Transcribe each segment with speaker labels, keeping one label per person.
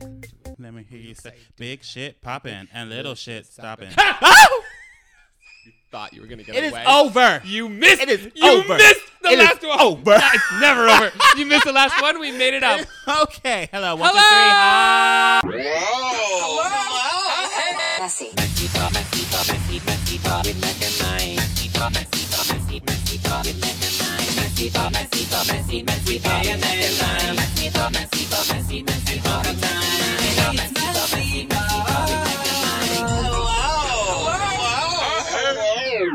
Speaker 1: Let me hear
Speaker 2: What
Speaker 1: you
Speaker 2: you say,
Speaker 1: say,
Speaker 2: dude.
Speaker 1: big shit popping and little shit stopping.
Speaker 2: You thought you were gonna get
Speaker 1: It is
Speaker 2: away.
Speaker 1: over.
Speaker 2: You missed.
Speaker 1: It is
Speaker 2: you
Speaker 1: over.
Speaker 2: missed the
Speaker 1: It is
Speaker 2: last one.
Speaker 1: over.
Speaker 2: Nah, it's never over. You missed the last one. We made it up.
Speaker 1: okay. Hello. One, two, three.
Speaker 2: Hello.
Speaker 3: messy.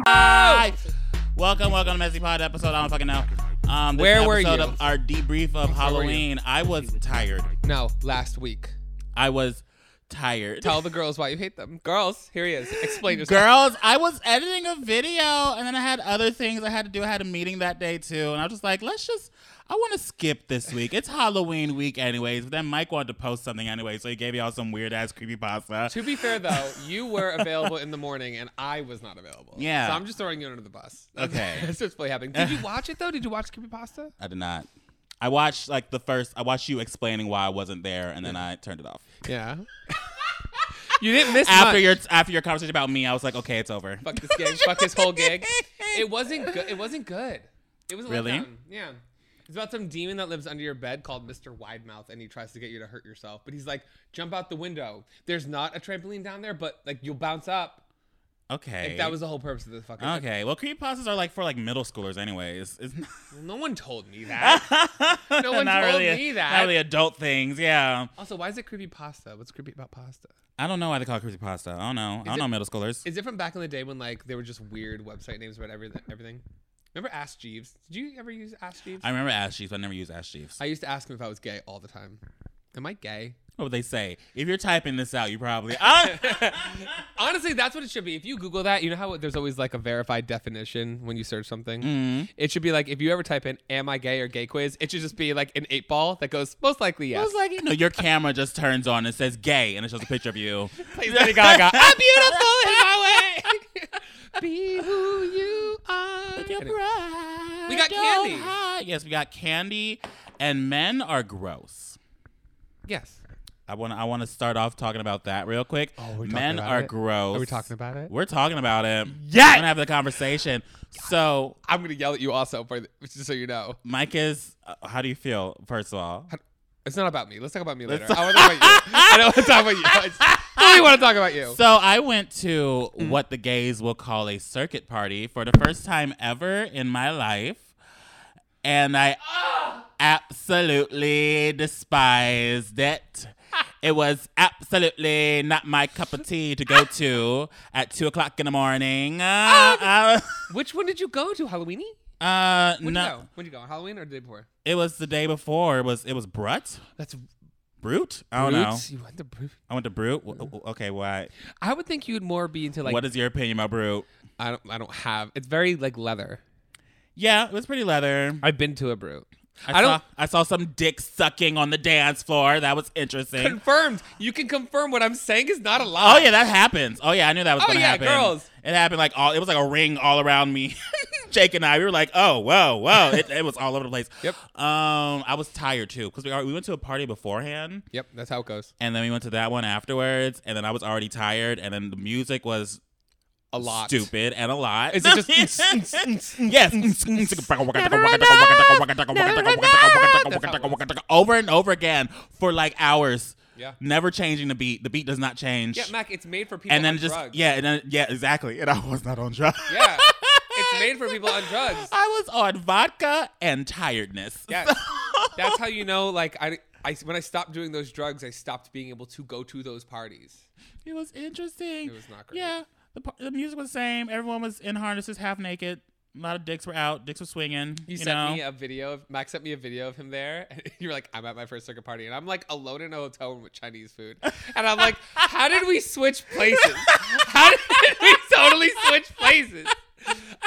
Speaker 1: Hi. Welcome, welcome to Messy Pod episode. I don't fucking know. Um, this
Speaker 2: Where were
Speaker 1: episode
Speaker 2: you?
Speaker 1: Of our debrief of
Speaker 2: were you?
Speaker 1: Halloween. I was tired.
Speaker 2: No, last week.
Speaker 1: I was tired.
Speaker 2: Tell the girls why you hate them. Girls, here he is. Explain yourself.
Speaker 1: Girls, I was editing a video and then I had other things I had to do. I had a meeting that day too. And I was just like, let's just, I want to skip this week. It's Halloween week, anyways. But then Mike wanted to post something anyway. So he gave y'all some weird ass creepypasta.
Speaker 2: To be fair, though, you were available in the morning and I was not available.
Speaker 1: Yeah.
Speaker 2: So I'm just throwing you under the bus. That's-
Speaker 1: Okay.
Speaker 2: That's what's really happening. Did you watch it, though? Did you watch Creepy Pasta?
Speaker 1: I did not. I watched like the first, I watched you explaining why I wasn't there and then I turned it off.
Speaker 2: Yeah. you didn't miss
Speaker 1: After
Speaker 2: much.
Speaker 1: your after your conversation about me, I was like, okay, it's over.
Speaker 2: Fuck this gig. Fuck this whole gig. It wasn't good. It wasn't good. It was a
Speaker 1: Really?
Speaker 2: letdown. Yeah. It's about some demon that lives under your bed called Mr. Widemouth, and he tries to get you to hurt yourself. But he's like, jump out the window. There's not a trampoline down there, but like you'll bounce up.
Speaker 1: Okay.
Speaker 2: If that was the whole purpose of the fucking. thing.
Speaker 1: Eh? Okay. Well, creepypastas are like for like middle schoolers, anyways. It's not,
Speaker 2: Well, no one told me that. No one
Speaker 1: not
Speaker 2: told
Speaker 1: really
Speaker 2: me that.
Speaker 1: Not really adult things. Yeah.
Speaker 2: also, why is it creepy pasta? What's creepy about pasta?
Speaker 1: I don't know why they call it creepypasta. I don't know. I don't
Speaker 2: it-
Speaker 1: know middle schoolers.
Speaker 2: Is it from back in the day when like there were just weird website names about everything? Everything. Remember Ask Jeeves? Did you ever use Ask Jeeves?
Speaker 1: I remember Ash Jeeves. but I never used Ash Jeeves.
Speaker 2: I used to ask him if I was gay all the time. Am I gay?
Speaker 1: What would they say? If you're typing this out, you probably. Ah!
Speaker 2: Honestly, that's what it should be. If you Google that, you know how there's always like a verified definition when you search something?
Speaker 1: Mm-hmm.
Speaker 2: It should be like if you ever type in am I gay or gay quiz, it should just be like an eight ball that goes most likely
Speaker 1: I
Speaker 2: yes.
Speaker 1: was like, you know, your camera just turns on and says gay, and it shows a picture of you.
Speaker 2: Please, Lady Gaga. I'm beautiful in my way. be who you are. Anyway.
Speaker 1: We
Speaker 2: got candy.
Speaker 1: Yes, we got candy, and men are gross.
Speaker 2: Yes.
Speaker 1: I want to I want to start off talking about that real quick.
Speaker 2: Oh, we're talking
Speaker 1: Men
Speaker 2: about
Speaker 1: are
Speaker 2: it?
Speaker 1: gross.
Speaker 2: Are we talking about it?
Speaker 1: We're talking about it.
Speaker 2: Yes!
Speaker 1: We're gonna have the conversation. So
Speaker 2: I'm gonna yell at you also for the, just so you know.
Speaker 1: Mike is. Uh, how do you feel? First of all,
Speaker 2: It's not about me. Let's talk about me later.
Speaker 1: Let's
Speaker 2: I want to talk about you. I don't want to talk about you. Mm. I just really want to talk about you.
Speaker 1: so I went to what the gays will call a circuit party for the first time ever in my life, and I absolutely despised it. It was absolutely not my cup of tea to go to at two o'clock in the morning. Uh, I-
Speaker 2: Which one did you go to? Halloweeny?
Speaker 1: Uh,
Speaker 2: When
Speaker 1: no,
Speaker 2: Um, you go? When you go? Halloween or the day before?
Speaker 1: it was the day before. It was it was Brut,
Speaker 2: That's
Speaker 1: Brute. I don't know.
Speaker 2: You went to Brute.
Speaker 1: I went to Brute. W- w- Okay, why?
Speaker 2: I would think you'd more be into like
Speaker 1: what is your opinion about Brute?
Speaker 2: I don't I don't have. It's very like leather.
Speaker 1: Yeah, it was pretty leather.
Speaker 2: I've been to a Brute.
Speaker 1: I,
Speaker 2: I
Speaker 1: saw,
Speaker 2: don't-
Speaker 1: I saw some dick sucking on the dance floor. That was interesting.
Speaker 2: Confirmed. You can confirm what I'm saying is not a lie.
Speaker 1: Oh yeah, that happens. Oh yeah, I knew that was
Speaker 2: Oh,
Speaker 1: gonna
Speaker 2: yeah,
Speaker 1: happen.
Speaker 2: girls.
Speaker 1: It happened like all. It was like a ring all around me. Jake and I, we were like, oh whoa, whoa. It, it was all over the place.
Speaker 2: Yep.
Speaker 1: Um, I was tired too because we are, we went to a party beforehand.
Speaker 2: Yep, that's how it goes.
Speaker 1: And then we went to that one afterwards, and then I was already tired, and then the music was
Speaker 2: A lot.
Speaker 1: stupid and a lot.
Speaker 2: Is it just-
Speaker 1: yes? over and over again for like hours.
Speaker 2: Yeah.
Speaker 1: Never changing the beat. The beat does not change.
Speaker 2: Yeah, Mac, it's made for people
Speaker 1: and then
Speaker 2: on
Speaker 1: just
Speaker 2: drugs.
Speaker 1: yeah, and then yeah, exactly. And I was not on drugs.
Speaker 2: Yeah. it's made for people on drugs.
Speaker 1: I was on vodka and tiredness.
Speaker 2: Yes. That's how you know like I I, when I stopped doing those drugs, I stopped being able to go to those parties.
Speaker 1: It was interesting.
Speaker 2: It was not great.
Speaker 1: Yeah, the, par- the music was the same. Everyone was in harnesses, half naked. A lot of dicks were out. Dicks were swinging.
Speaker 2: You,
Speaker 1: You,
Speaker 2: sent
Speaker 1: know.
Speaker 2: me a video of Max sent me a video of him there. And you're like, I'm at my first circuit party, and I'm like alone in a hotel room with Chinese food. And I'm like, how did we switch places? How did we totally switch places?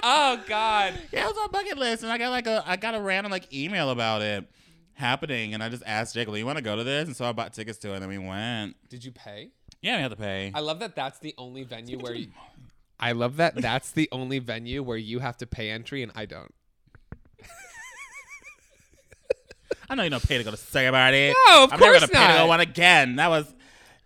Speaker 2: Oh God.
Speaker 1: yeah, it was on bucket list, and I got like a I got a random like email about it happening, and I just asked Jake, "Well, you want to go to this?" And so I bought tickets to it, and then we went.
Speaker 2: Did you pay?
Speaker 1: Yeah, we had to pay.
Speaker 2: I love that that's the only venue where you I love that that's the only venue where you have to pay entry and I don't.
Speaker 1: I know you don't pay to go to second party.
Speaker 2: No, of
Speaker 1: I'm never
Speaker 2: Oh, course
Speaker 1: gonna pay to go
Speaker 2: not.
Speaker 1: one again. That was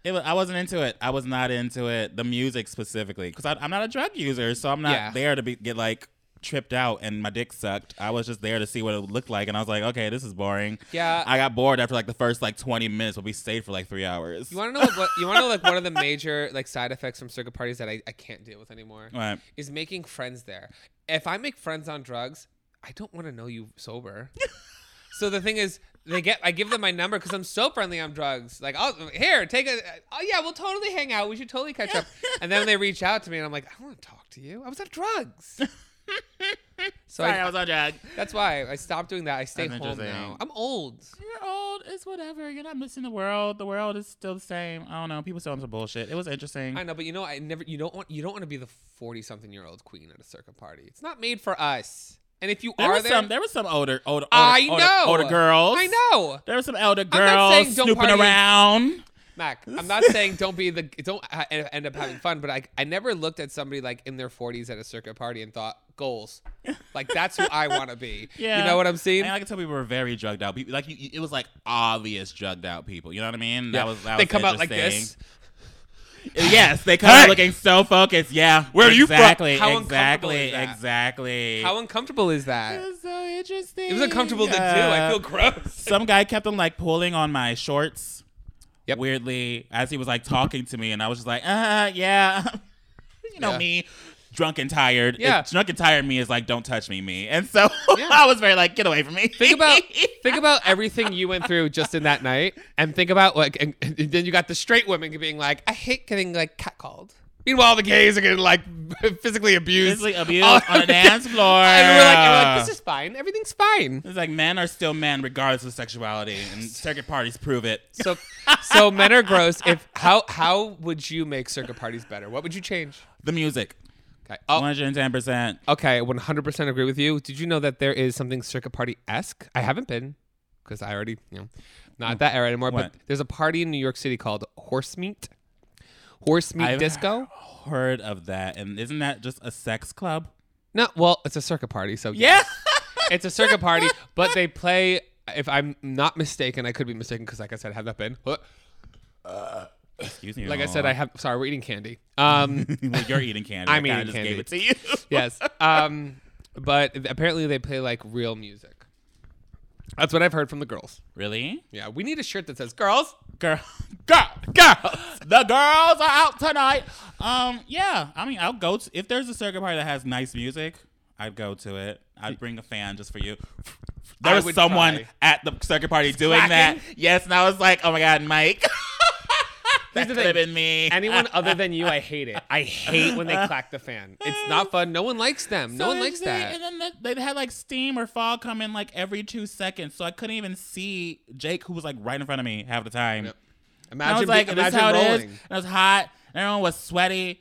Speaker 1: It was, I wasn't into it. I was not into it. The music specifically, because I'm not a drug user, so I'm not
Speaker 2: Yeah.
Speaker 1: there to be, get like tripped out and my dick sucked. I was just there to see what it looked like, and I was like, okay, this is boring.
Speaker 2: Yeah.
Speaker 1: I got bored after like the first like 20 minutes, but we stayed for like three hours.
Speaker 2: You want to know what, what you want to know like one of the major like side effects from circuit parties that I, I can't deal with anymore
Speaker 1: Right.
Speaker 2: is making friends there. If I make friends on drugs, I don't want to know you sober. so the thing is, they get I give them my number because I'm so friendly on drugs. Like, I'll here take a oh yeah, we'll totally hang out. We should totally catch up. And then they reach out to me and I'm like, I don't want to talk to you. I was on drugs. so
Speaker 1: Sorry, I,
Speaker 2: I,
Speaker 1: was on drag.
Speaker 2: that's why I stopped doing that. I stay
Speaker 1: That's
Speaker 2: home now.
Speaker 1: interesting.
Speaker 2: I'm old.
Speaker 1: You're old. It's whatever. You're not missing the world. The world is still the same. I don't know. People still on some bullshit. It was interesting.
Speaker 2: I know, but you know, I never. You don't want. You don't want to be the forty-something-year-old queen at a circuit party. It's not made for us. And if you
Speaker 1: There
Speaker 2: are
Speaker 1: was
Speaker 2: there,
Speaker 1: some. There was some older, older, older,
Speaker 2: I
Speaker 1: older,
Speaker 2: know.
Speaker 1: older girls.
Speaker 2: I know,
Speaker 1: There were some elder
Speaker 2: not saying
Speaker 1: girls
Speaker 2: don't
Speaker 1: snooping
Speaker 2: party.
Speaker 1: around.
Speaker 2: Mac. I'm not saying don't be the. Don't ha- en- end up having fun, but I, I never looked at somebody like in their forties at a circuit party and thought goals. Like that's who I want to be.
Speaker 1: Yeah.
Speaker 2: You know what I'm saying?
Speaker 1: And I can tell people were very drugged out. People like you, you- it was like obvious drugged out people. You know what I mean? That was that
Speaker 2: they
Speaker 1: was
Speaker 2: come out like this.
Speaker 1: interesting. Yes, they come out
Speaker 2: Hey!
Speaker 1: looking so focused. Yeah.
Speaker 2: Where are you from?
Speaker 1: exactly,
Speaker 2: How uncomfortable
Speaker 1: Exactly.
Speaker 2: is that?
Speaker 1: Exactly.
Speaker 2: How uncomfortable is
Speaker 1: it
Speaker 2: that?
Speaker 1: was so interesting.
Speaker 2: It was uncomfortable to do. I
Speaker 1: Yeah.
Speaker 2: feel gross.
Speaker 1: some guy kept on like pulling on my shorts.
Speaker 2: Yep.
Speaker 1: Weirdly, as he was like talking to me, and I was just like, uh, yeah, you know
Speaker 2: Yeah.
Speaker 1: me, drunk and tired.
Speaker 2: Yeah.
Speaker 1: It- drunk and tired me is like, don't touch me, me. And so
Speaker 2: Yeah.
Speaker 1: I was very like, get away from me.
Speaker 2: Think about think about everything you went through just in that night, and think about like, and, and then you got the straight women being like, "I hate getting like catcalled." Meanwhile, the gays are getting like physically abused,
Speaker 1: Physically abused
Speaker 2: all-
Speaker 1: on a dance floor.
Speaker 2: and we're like, and
Speaker 1: Uh.
Speaker 2: we're like, "This is fine. Everything's fine."
Speaker 1: It's like men are still men regardless of sexuality, and circuit parties prove it.
Speaker 2: So, so men are gross. If how how would you make circuit parties better? What would you change?
Speaker 1: The music,
Speaker 2: Okay. Oh,
Speaker 1: one hundred and ten percent.
Speaker 2: okay. One hundred percent agree with you. Did you know that there is something circuit party esque? I haven't been because I already you know not that era anymore.
Speaker 1: What?
Speaker 2: But there's a party in New York City called Horse Meat. Horse Meat
Speaker 1: I've-
Speaker 2: Disco.
Speaker 1: Heard of that? And isn't that just a sex club?
Speaker 2: No, well, it's a circuit party. So
Speaker 1: Yeah.
Speaker 2: it's a circuit party, but they play. If I'm not mistaken, I could be mistaken because, like I said, I have not been.
Speaker 1: Excuse me.
Speaker 2: Like I said, I have. Sorry, we're eating candy. Um,
Speaker 1: well, you're eating candy.
Speaker 2: I'm
Speaker 1: I kinda
Speaker 2: eating
Speaker 1: just
Speaker 2: candy.
Speaker 1: Gave it to you.
Speaker 2: yes. Um, but apparently they play like real music. That's what I've heard from the girls.
Speaker 1: really,
Speaker 2: Yeah, we need a shirt that says "Girls."
Speaker 1: girl, girl, girl. The girls are out tonight. Um, yeah. I mean, I'll go to if there's a circuit party that has nice music. I'd go to it. I'd bring a fan just for you. There
Speaker 2: I
Speaker 1: was
Speaker 2: would
Speaker 1: someone
Speaker 2: try.
Speaker 1: at the circuit party doing that.
Speaker 2: clacking.
Speaker 1: Yes, and I was like, oh my god, Mike. that
Speaker 2: the
Speaker 1: could have
Speaker 2: thing.
Speaker 1: been me.
Speaker 2: Anyone other than you, I hate it. I hate when they clack the fan. It's not fun. No one likes them. no
Speaker 1: So
Speaker 2: one likes
Speaker 1: interesting.
Speaker 2: that.
Speaker 1: And then the, they had like steam or fog come in like every two seconds, so I couldn't even see Jake, who was like right in front of me half the time.
Speaker 2: Yep.
Speaker 1: And I
Speaker 2: Imagine,
Speaker 1: was
Speaker 2: be-
Speaker 1: like, this is
Speaker 2: imagine
Speaker 1: how it is.
Speaker 2: rolling.
Speaker 1: And it was hot. And everyone was sweaty.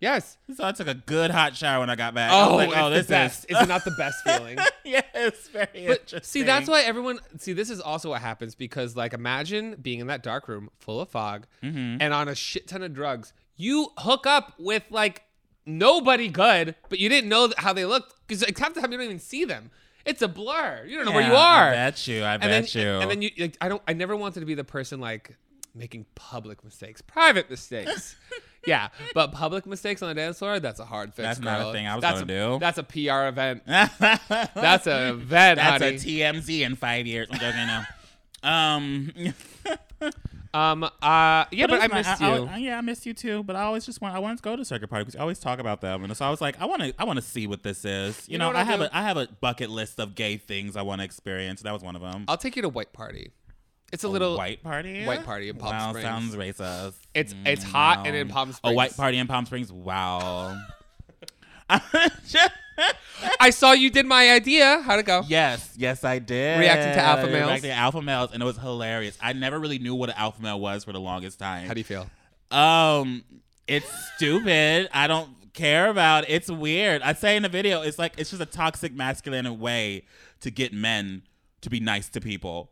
Speaker 2: Yes.
Speaker 1: So I took a good hot shower when I got back. I
Speaker 2: Oh,
Speaker 1: was like, oh,
Speaker 2: it's
Speaker 1: this
Speaker 2: the best.
Speaker 1: is.
Speaker 2: It's not the best feeling.
Speaker 1: yeah, it's very interesting.
Speaker 2: But see, that's why everyone. See, this is also what happens because, like, imagine being in that dark room full of fog
Speaker 1: Mm-hmm.
Speaker 2: and on a shit ton of drugs. You hook up with like nobody good, but you didn't know th- how they looked because half the time you don't even see them. It's a blur. You don't know where you
Speaker 1: Yeah,
Speaker 2: are.
Speaker 1: I bet you. I
Speaker 2: and
Speaker 1: bet
Speaker 2: then,
Speaker 1: you.
Speaker 2: and then you. Like, I don't. I never wanted to be the person like making public mistakes, private mistakes. yeah, but public mistakes on the dance floor. That's a hard fix.
Speaker 1: That's not a
Speaker 2: girl.
Speaker 1: thing I was
Speaker 2: That's
Speaker 1: gonna
Speaker 2: a-
Speaker 1: do.
Speaker 2: That's a PR event.
Speaker 1: that's
Speaker 2: That's a event,
Speaker 1: that's
Speaker 2: honey.
Speaker 1: a TMZ in five years. I'm joking now. Um,
Speaker 2: Um. Uh. Yeah, but, I
Speaker 1: it's my-
Speaker 2: missed
Speaker 1: I-
Speaker 2: you.
Speaker 1: I- yeah, I missed you too. But I always just want I wanted to go to circuit party because you always talk about them, and so I was like, I want to I want to see what this is. You,
Speaker 2: You know
Speaker 1: know,
Speaker 2: what
Speaker 1: I
Speaker 2: I'll
Speaker 1: have
Speaker 2: do?
Speaker 1: a I have a bucket list of gay things I want to experience. That was one of them.
Speaker 2: I'll take you to White Party. It's a little
Speaker 1: white party.
Speaker 2: white party in Palm
Speaker 1: wow,
Speaker 2: Springs.
Speaker 1: sounds racist.
Speaker 2: It's it's hot and in
Speaker 1: Um,
Speaker 2: Palm
Speaker 1: A
Speaker 2: Springs.
Speaker 1: white party in Palm Springs. Wow.
Speaker 2: I saw you did my idea. How'd it go?
Speaker 1: yes, yes, I did.
Speaker 2: Reacting to alpha males.
Speaker 1: Reacting to alpha males, and it was hilarious. I never really knew what an alpha male was for the longest time.
Speaker 2: How do you feel?
Speaker 1: Um, it's stupid. I don't care about it. It's weird. I say in the video, it's like it's just a toxic masculine way to get men to be nice to people.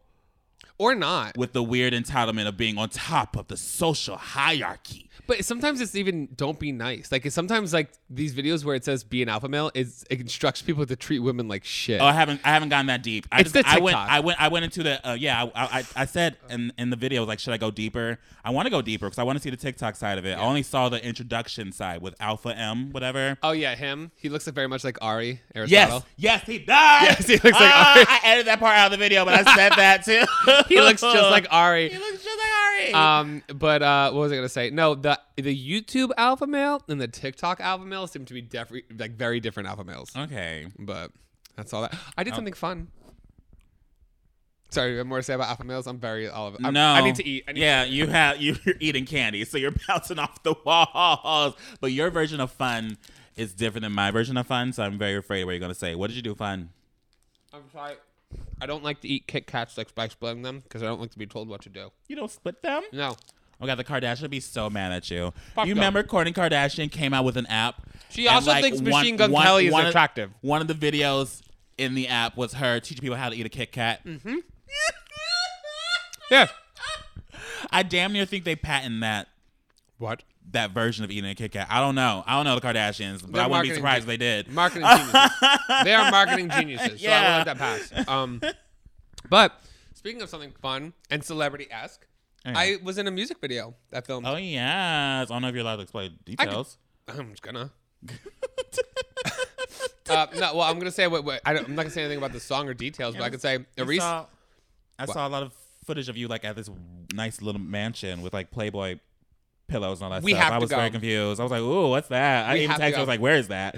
Speaker 2: or not.
Speaker 1: with the weird entitlement of being on top of the social hierarchy.
Speaker 2: But sometimes it's even don't be nice. Like it's sometimes like these videos where it says be an alpha male is it instructs people to treat women like shit.
Speaker 1: Oh, I haven't I haven't gotten that deep. I
Speaker 2: It's the
Speaker 1: I went
Speaker 2: TikTok.
Speaker 1: I went I went into the uh, yeah. I, I I- I said in in the video I was like, should I go deeper? I want to go deeper because I want to see the TikTok side of it. I only saw the introduction side with Alpha M, whatever.
Speaker 2: oh yeah, him. He looks very much like Ari Aristotle.
Speaker 1: Yes, yes, he does.
Speaker 2: Yes, he looks like-
Speaker 1: Ah, I edited that part out of the video, but I said that too.
Speaker 2: he looks just like Ari.
Speaker 1: he looks just like Ari.
Speaker 2: um, but uh, what was I gonna say? No, the the YouTube alpha male and the TikTok alpha male seem to be def- like very different alpha males.
Speaker 1: okay,
Speaker 2: But that's all that. I did
Speaker 1: Oh.
Speaker 2: something fun. Sorry, you have more to say about alpha males. I'm very all of. I'm,
Speaker 1: no,
Speaker 2: I need to eat. I need
Speaker 1: yeah, you have you, you're eating candy, so you're bouncing off the walls. But your version of fun is different than my version of fun, so I'm very afraid of what you're gonna say. What did you do fun?
Speaker 2: I'm sorry. I don't like to eat Kit Kats like by explaining them because I don't like to be told what to do.
Speaker 1: You don't split them.
Speaker 2: No.
Speaker 1: Oh my god, the Kardashian would be so mad at you.
Speaker 2: Fuck
Speaker 1: you
Speaker 2: them.
Speaker 1: remember Kourtney Kardashian came out with an app.
Speaker 2: She
Speaker 1: and,
Speaker 2: also
Speaker 1: like,
Speaker 2: thinks
Speaker 1: one-
Speaker 2: Machine Gun
Speaker 1: one-
Speaker 2: Kelly is
Speaker 1: one of-
Speaker 2: attractive.
Speaker 1: One of the videos in the app was her teaching people how to eat a Kit Kat.
Speaker 2: Mm.
Speaker 1: Mm-hmm.
Speaker 2: Yeah.
Speaker 1: I damn near think they patent that
Speaker 2: What?
Speaker 1: that version of eating a Kit Kat. I don't know. I don't know the Kardashians, but
Speaker 2: They're
Speaker 1: I
Speaker 2: marketing
Speaker 1: wouldn't be surprised
Speaker 2: gen-
Speaker 1: if they did.
Speaker 2: Marketing geniuses. they are marketing geniuses. So I
Speaker 1: Yeah.
Speaker 2: won't let that pass. Um, but speaking of something fun and celebrity esque, I was in a music video that filmed.
Speaker 1: Oh yes. I don't know if you're allowed to explain details.
Speaker 2: I'm just gonna. Uh, no, well, I'm gonna say what, what I don't, I'm not gonna say anything about the song or details, but I can say
Speaker 1: I
Speaker 2: Aretha.
Speaker 1: saw, I saw a lot of footage of you like at this nice little mansion with like Playboy pillows and all that
Speaker 2: We
Speaker 1: stuff.
Speaker 2: have
Speaker 1: I
Speaker 2: to
Speaker 1: was very
Speaker 2: go.
Speaker 1: confused. I was like, "Ooh, what's that?" I
Speaker 2: We
Speaker 1: even
Speaker 2: have to
Speaker 1: texted. you, I was
Speaker 2: go.
Speaker 1: like, "Where is that?"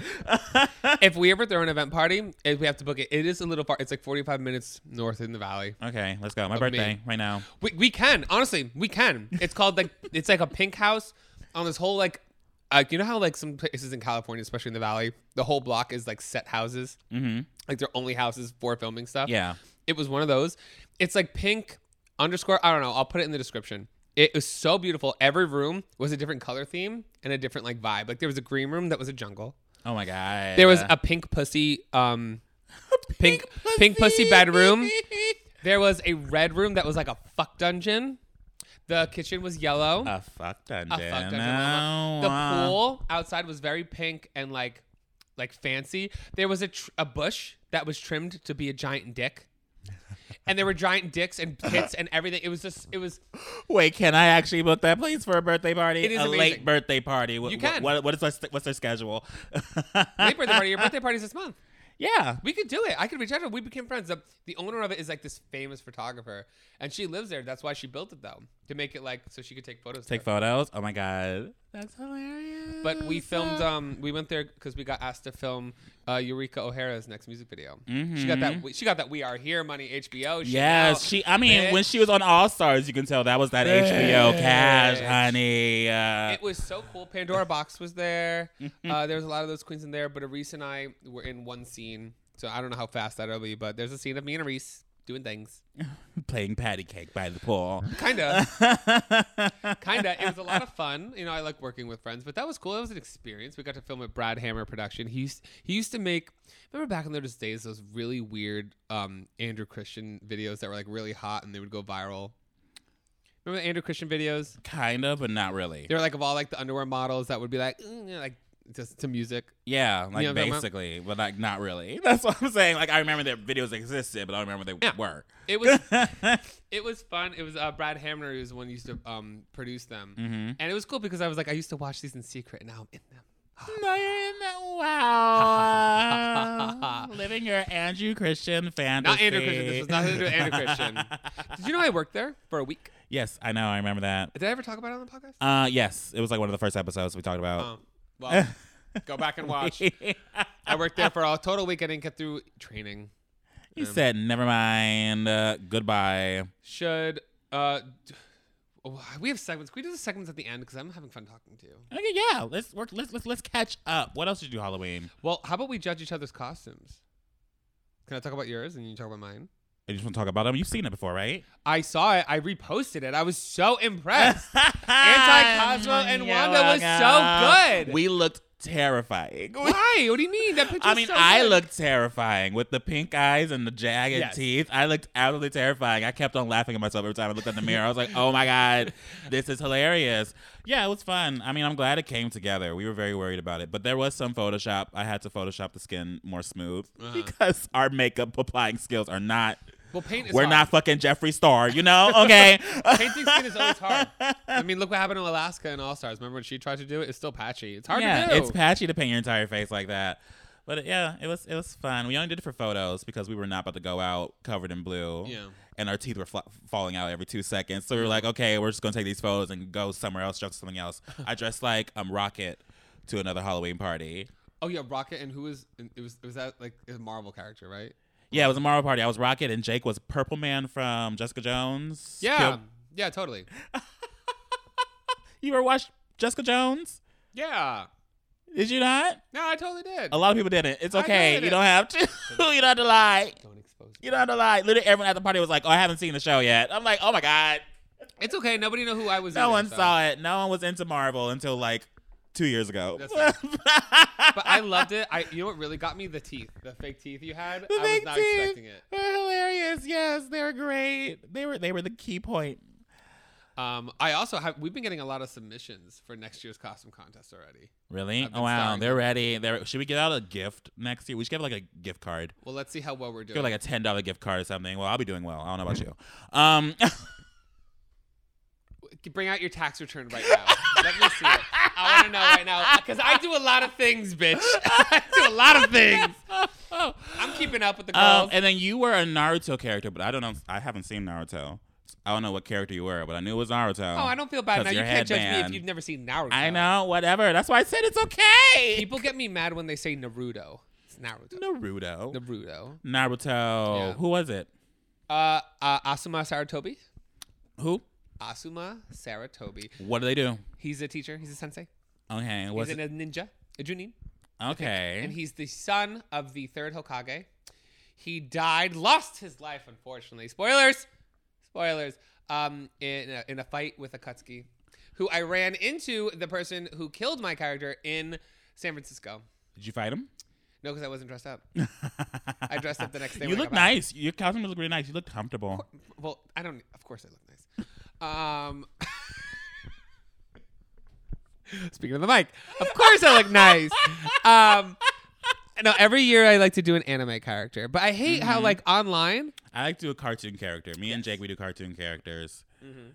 Speaker 2: If we ever throw an event party, if we have to book it, it is a little far. It's like 45 minutes north in the valley.
Speaker 1: okay, let's go. My
Speaker 2: me.
Speaker 1: birthday right now.
Speaker 2: We, we can honestly, we can. It's called like it's like a pink house on this whole like, uh, you know how like some places in California, especially in the valley, the whole block is like set houses,
Speaker 1: Mm-hmm.
Speaker 2: like they're only houses for filming stuff.
Speaker 1: Yeah.
Speaker 2: It was one of those. It's like pink underscore. I don't know. I'll put it in the description. It was so beautiful. Every room was a different color theme and a different like vibe. Like there was a green room that was a jungle.
Speaker 1: Oh my god.
Speaker 2: There was a pink pussy, um, pink pink pussy bedroom. There was a red room that was like a fuck dungeon. The kitchen was yellow.
Speaker 1: a fuck dungeon.
Speaker 2: a fuck dungeon. llama. The pool outside was very pink and like like fancy. There was a tr- a bush that was trimmed to be a giant dick. And there were giant dicks and tits and everything. It was just it was
Speaker 1: Wait, can I actually book that place for a birthday party?
Speaker 2: It is
Speaker 1: a
Speaker 2: amazing.
Speaker 1: late birthday party. What,
Speaker 2: You can.
Speaker 1: What, what is our, st- what's their schedule?
Speaker 2: my birthday party. Your birthday party's this month.
Speaker 1: yeah.
Speaker 2: We could do it. I could reach out to her. We became friends. The, the owner of it is like this famous photographer, and she lives there. That's why she built it though, to make it like so she could take photos.
Speaker 1: Take
Speaker 2: there.
Speaker 1: photos. Oh my god. That's hilarious.
Speaker 2: But we filmed. Um, we went there because we got asked to film uh, Eureka O'Hara's next music video. She got that. She got that. We are here. Money. HBO. She
Speaker 1: Mm-hmm. Yes, she. I mean, when she was on All Stars, you can tell that was that HBO cash,
Speaker 2: Bitch.
Speaker 1: honey. Uh,
Speaker 2: It was so cool. Pandora Box was there.
Speaker 1: Mm-hmm.
Speaker 2: Uh, there was a lot of those queens in there. But Arise and I were in one scene, so I don't know how fast that'll be. But there's a scene of me and Arise doing things.
Speaker 1: playing patty cake by the pool.
Speaker 2: Kinda. kinda. It was a lot of fun. You know, I like working with friends, but that was cool. It was an experience. We got to film at Brad Hammer Production. He used he used to make. Remember back in those days, those really weird um, Andrew Christian videos that were like really hot and they would go viral. Remember the Andrew Christian videos?
Speaker 1: kinda, but not really.
Speaker 2: They were like of all like the underwear models that would be like, "Mm," you know, like just to music.
Speaker 1: Yeah, like
Speaker 2: know what I'm talking about?
Speaker 1: basically, but like not really. That's what I'm saying. Like I remember that videos existed, but I don't remember they
Speaker 2: Yeah.
Speaker 1: were.
Speaker 2: It was it was fun. It was uh, Brad Hammer who was the one who used to um, produce them,
Speaker 1: Mhm.
Speaker 2: and it was cool because I was like, I used to watch these in secret, and now I'm in them.
Speaker 1: No, you're in that. Wow. Living your Andrew Christian fantasy.
Speaker 2: Not Andrew Christian. This was nothing to do with Andrew Christian. Did you know I worked there for a week?
Speaker 1: yes, I know. I remember that.
Speaker 2: Did I ever talk about it on the podcast?
Speaker 1: Uh, yes, it was like one of the first episodes we talked about.
Speaker 2: Oh, well, go back and watch. I worked there for a total week. I didn't get through training.
Speaker 1: he said, "Never mind. Uh, goodbye."
Speaker 2: Should uh, d- oh, we have segments? Can we do the segments at the end because I'm having fun talking to you.
Speaker 1: Okay, yeah. Let's work. Let's let's let's catch up. What else did you do Halloween?
Speaker 2: Well, how about we judge each other's costumes? Can I talk about yours and you talk about mine?
Speaker 1: I just want to talk about them. You've seen it before, right?
Speaker 2: I saw it. I reposted it. I was so impressed. Anti Cosmo and Wanda was so good.
Speaker 1: We looked terrifying.
Speaker 2: Why? What do you mean? That picture.
Speaker 1: I
Speaker 2: is
Speaker 1: mean,
Speaker 2: so
Speaker 1: I
Speaker 2: good.
Speaker 1: looked terrifying with the pink eyes and the jagged
Speaker 2: Yes.
Speaker 1: teeth. I looked absolutely terrifying. I kept on laughing at myself every time I looked in the mirror. I was like, oh my God, this is hilarious. Yeah, it was fun. I mean, I'm glad it came together. We were very worried about it, but there was some Photoshop. I had to Photoshop the skin more smooth
Speaker 2: Uh-huh.
Speaker 1: because our makeup applying skills are not.
Speaker 2: Well, paint is
Speaker 1: We're
Speaker 2: hard.
Speaker 1: not fucking Jeffree Star, you know? Okay.
Speaker 2: Painting skin is always hard. I mean, look what happened to Alaska in All Stars. Remember when she tried to do it? It's still patchy. It's hard
Speaker 1: yeah,
Speaker 2: to do.
Speaker 1: it's patchy to paint your entire face like that. But yeah, it was it was fun. We only did it for photos because we were not about to go out covered in blue.
Speaker 2: Oh, Yeah.
Speaker 1: And our teeth were fla falling out every two seconds, so we were
Speaker 2: Mm.
Speaker 1: like, okay, we're just gonna take these photos and go somewhere else, dress something else. I dressed like um Rocket to another Halloween party.
Speaker 2: oh yeah, Rocket and who was it was it was that like a Marvel character, right?
Speaker 1: Yeah, it was a Marvel party. I was Rocket, and Jake was Purple Man from Jessica Jones.
Speaker 2: Yeah,
Speaker 1: Killed-
Speaker 2: yeah, totally.
Speaker 1: you ever watched Jessica Jones?
Speaker 2: Yeah,
Speaker 1: Did you not?
Speaker 2: no, I totally did.
Speaker 1: A lot of people didn't. It's
Speaker 2: I
Speaker 1: okay.
Speaker 2: did
Speaker 1: You
Speaker 2: it.
Speaker 1: don't have to. you don't have to lie.
Speaker 2: Don't expose. Me.
Speaker 1: You don't have to lie. Literally, everyone at the party was like, "Oh, I haven't seen the show yet." I'm like, "Oh my god,
Speaker 2: It's okay. Nobody knew who I was.
Speaker 1: no
Speaker 2: either,
Speaker 1: one
Speaker 2: so.
Speaker 1: saw it. No one was into Marvel until like two years ago."
Speaker 2: That's But I loved it. I, you know what really got me? The teeth, the fake teeth you had.
Speaker 1: The
Speaker 2: I was
Speaker 1: big
Speaker 2: not
Speaker 1: teeth
Speaker 2: expecting it.
Speaker 1: They're hilarious. Yes, they were great. They were they were the key point.
Speaker 2: Um, I also have. We've been getting a lot of submissions for next year's costume contest already.
Speaker 1: Really?
Speaker 2: I've been
Speaker 1: Oh wow,
Speaker 2: starring
Speaker 1: they're ready. They're should we get out a gift next year? We should give like a gift card.
Speaker 2: Well, let's see how well we're
Speaker 1: Give
Speaker 2: doing.
Speaker 1: like a ten dollar gift card or something. Well, I'll be doing well. I don't know about you. Um,
Speaker 2: Bring out your tax return right now. Let me see it. I want to know right now because I do a lot of things, bitch. I do a lot of things. I'm keeping up with the
Speaker 1: Um,
Speaker 2: goals.
Speaker 1: and then you were a Naruto character, but I don't know. I haven't seen Naruto. I don't know what character you were, but I knew it was Naruto.
Speaker 2: oh, I don't feel bad
Speaker 1: 'cause
Speaker 2: now. You
Speaker 1: your
Speaker 2: can't judge me if
Speaker 1: headband.
Speaker 2: you've never seen Naruto.
Speaker 1: I know, whatever. That's why I said it's okay.
Speaker 2: People get me mad when they say Naruto. It's Naruto.
Speaker 1: Naruto.
Speaker 2: Naruto.
Speaker 1: Naruto.
Speaker 2: Yeah.
Speaker 1: Who was it?
Speaker 2: Uh, uh, Asuma Saratobi.
Speaker 1: Who?
Speaker 2: Asuma Saratobi.
Speaker 1: What do they do?
Speaker 2: He's a teacher. He's a sensei.
Speaker 1: Okay. What's
Speaker 2: he's
Speaker 1: it? Mm-hmm.
Speaker 2: a ninja, a Junin,
Speaker 1: okay.
Speaker 2: and he's the son of the third Hokage. He died, lost his life, unfortunately. Spoilers, spoilers. Um, in a, in a fight with Akatsuki, who I ran into the person who killed my character in San Francisco.
Speaker 1: Did you fight him?
Speaker 2: No, because I wasn't dressed up. I dressed up the next day.
Speaker 1: You
Speaker 2: when I
Speaker 1: look
Speaker 2: got back.
Speaker 1: nice. Your costume looked really nice. You look comfortable.
Speaker 2: Well, I don't. Of course, I look nice. Um, speaking of the mic, of course I look nice. Um, no, every year I like to do an anime character, but I hate
Speaker 1: Mm-hmm.
Speaker 2: how like online.
Speaker 1: I like to do a cartoon character. Me and Jake, we do cartoon characters.
Speaker 2: Mm-hmm.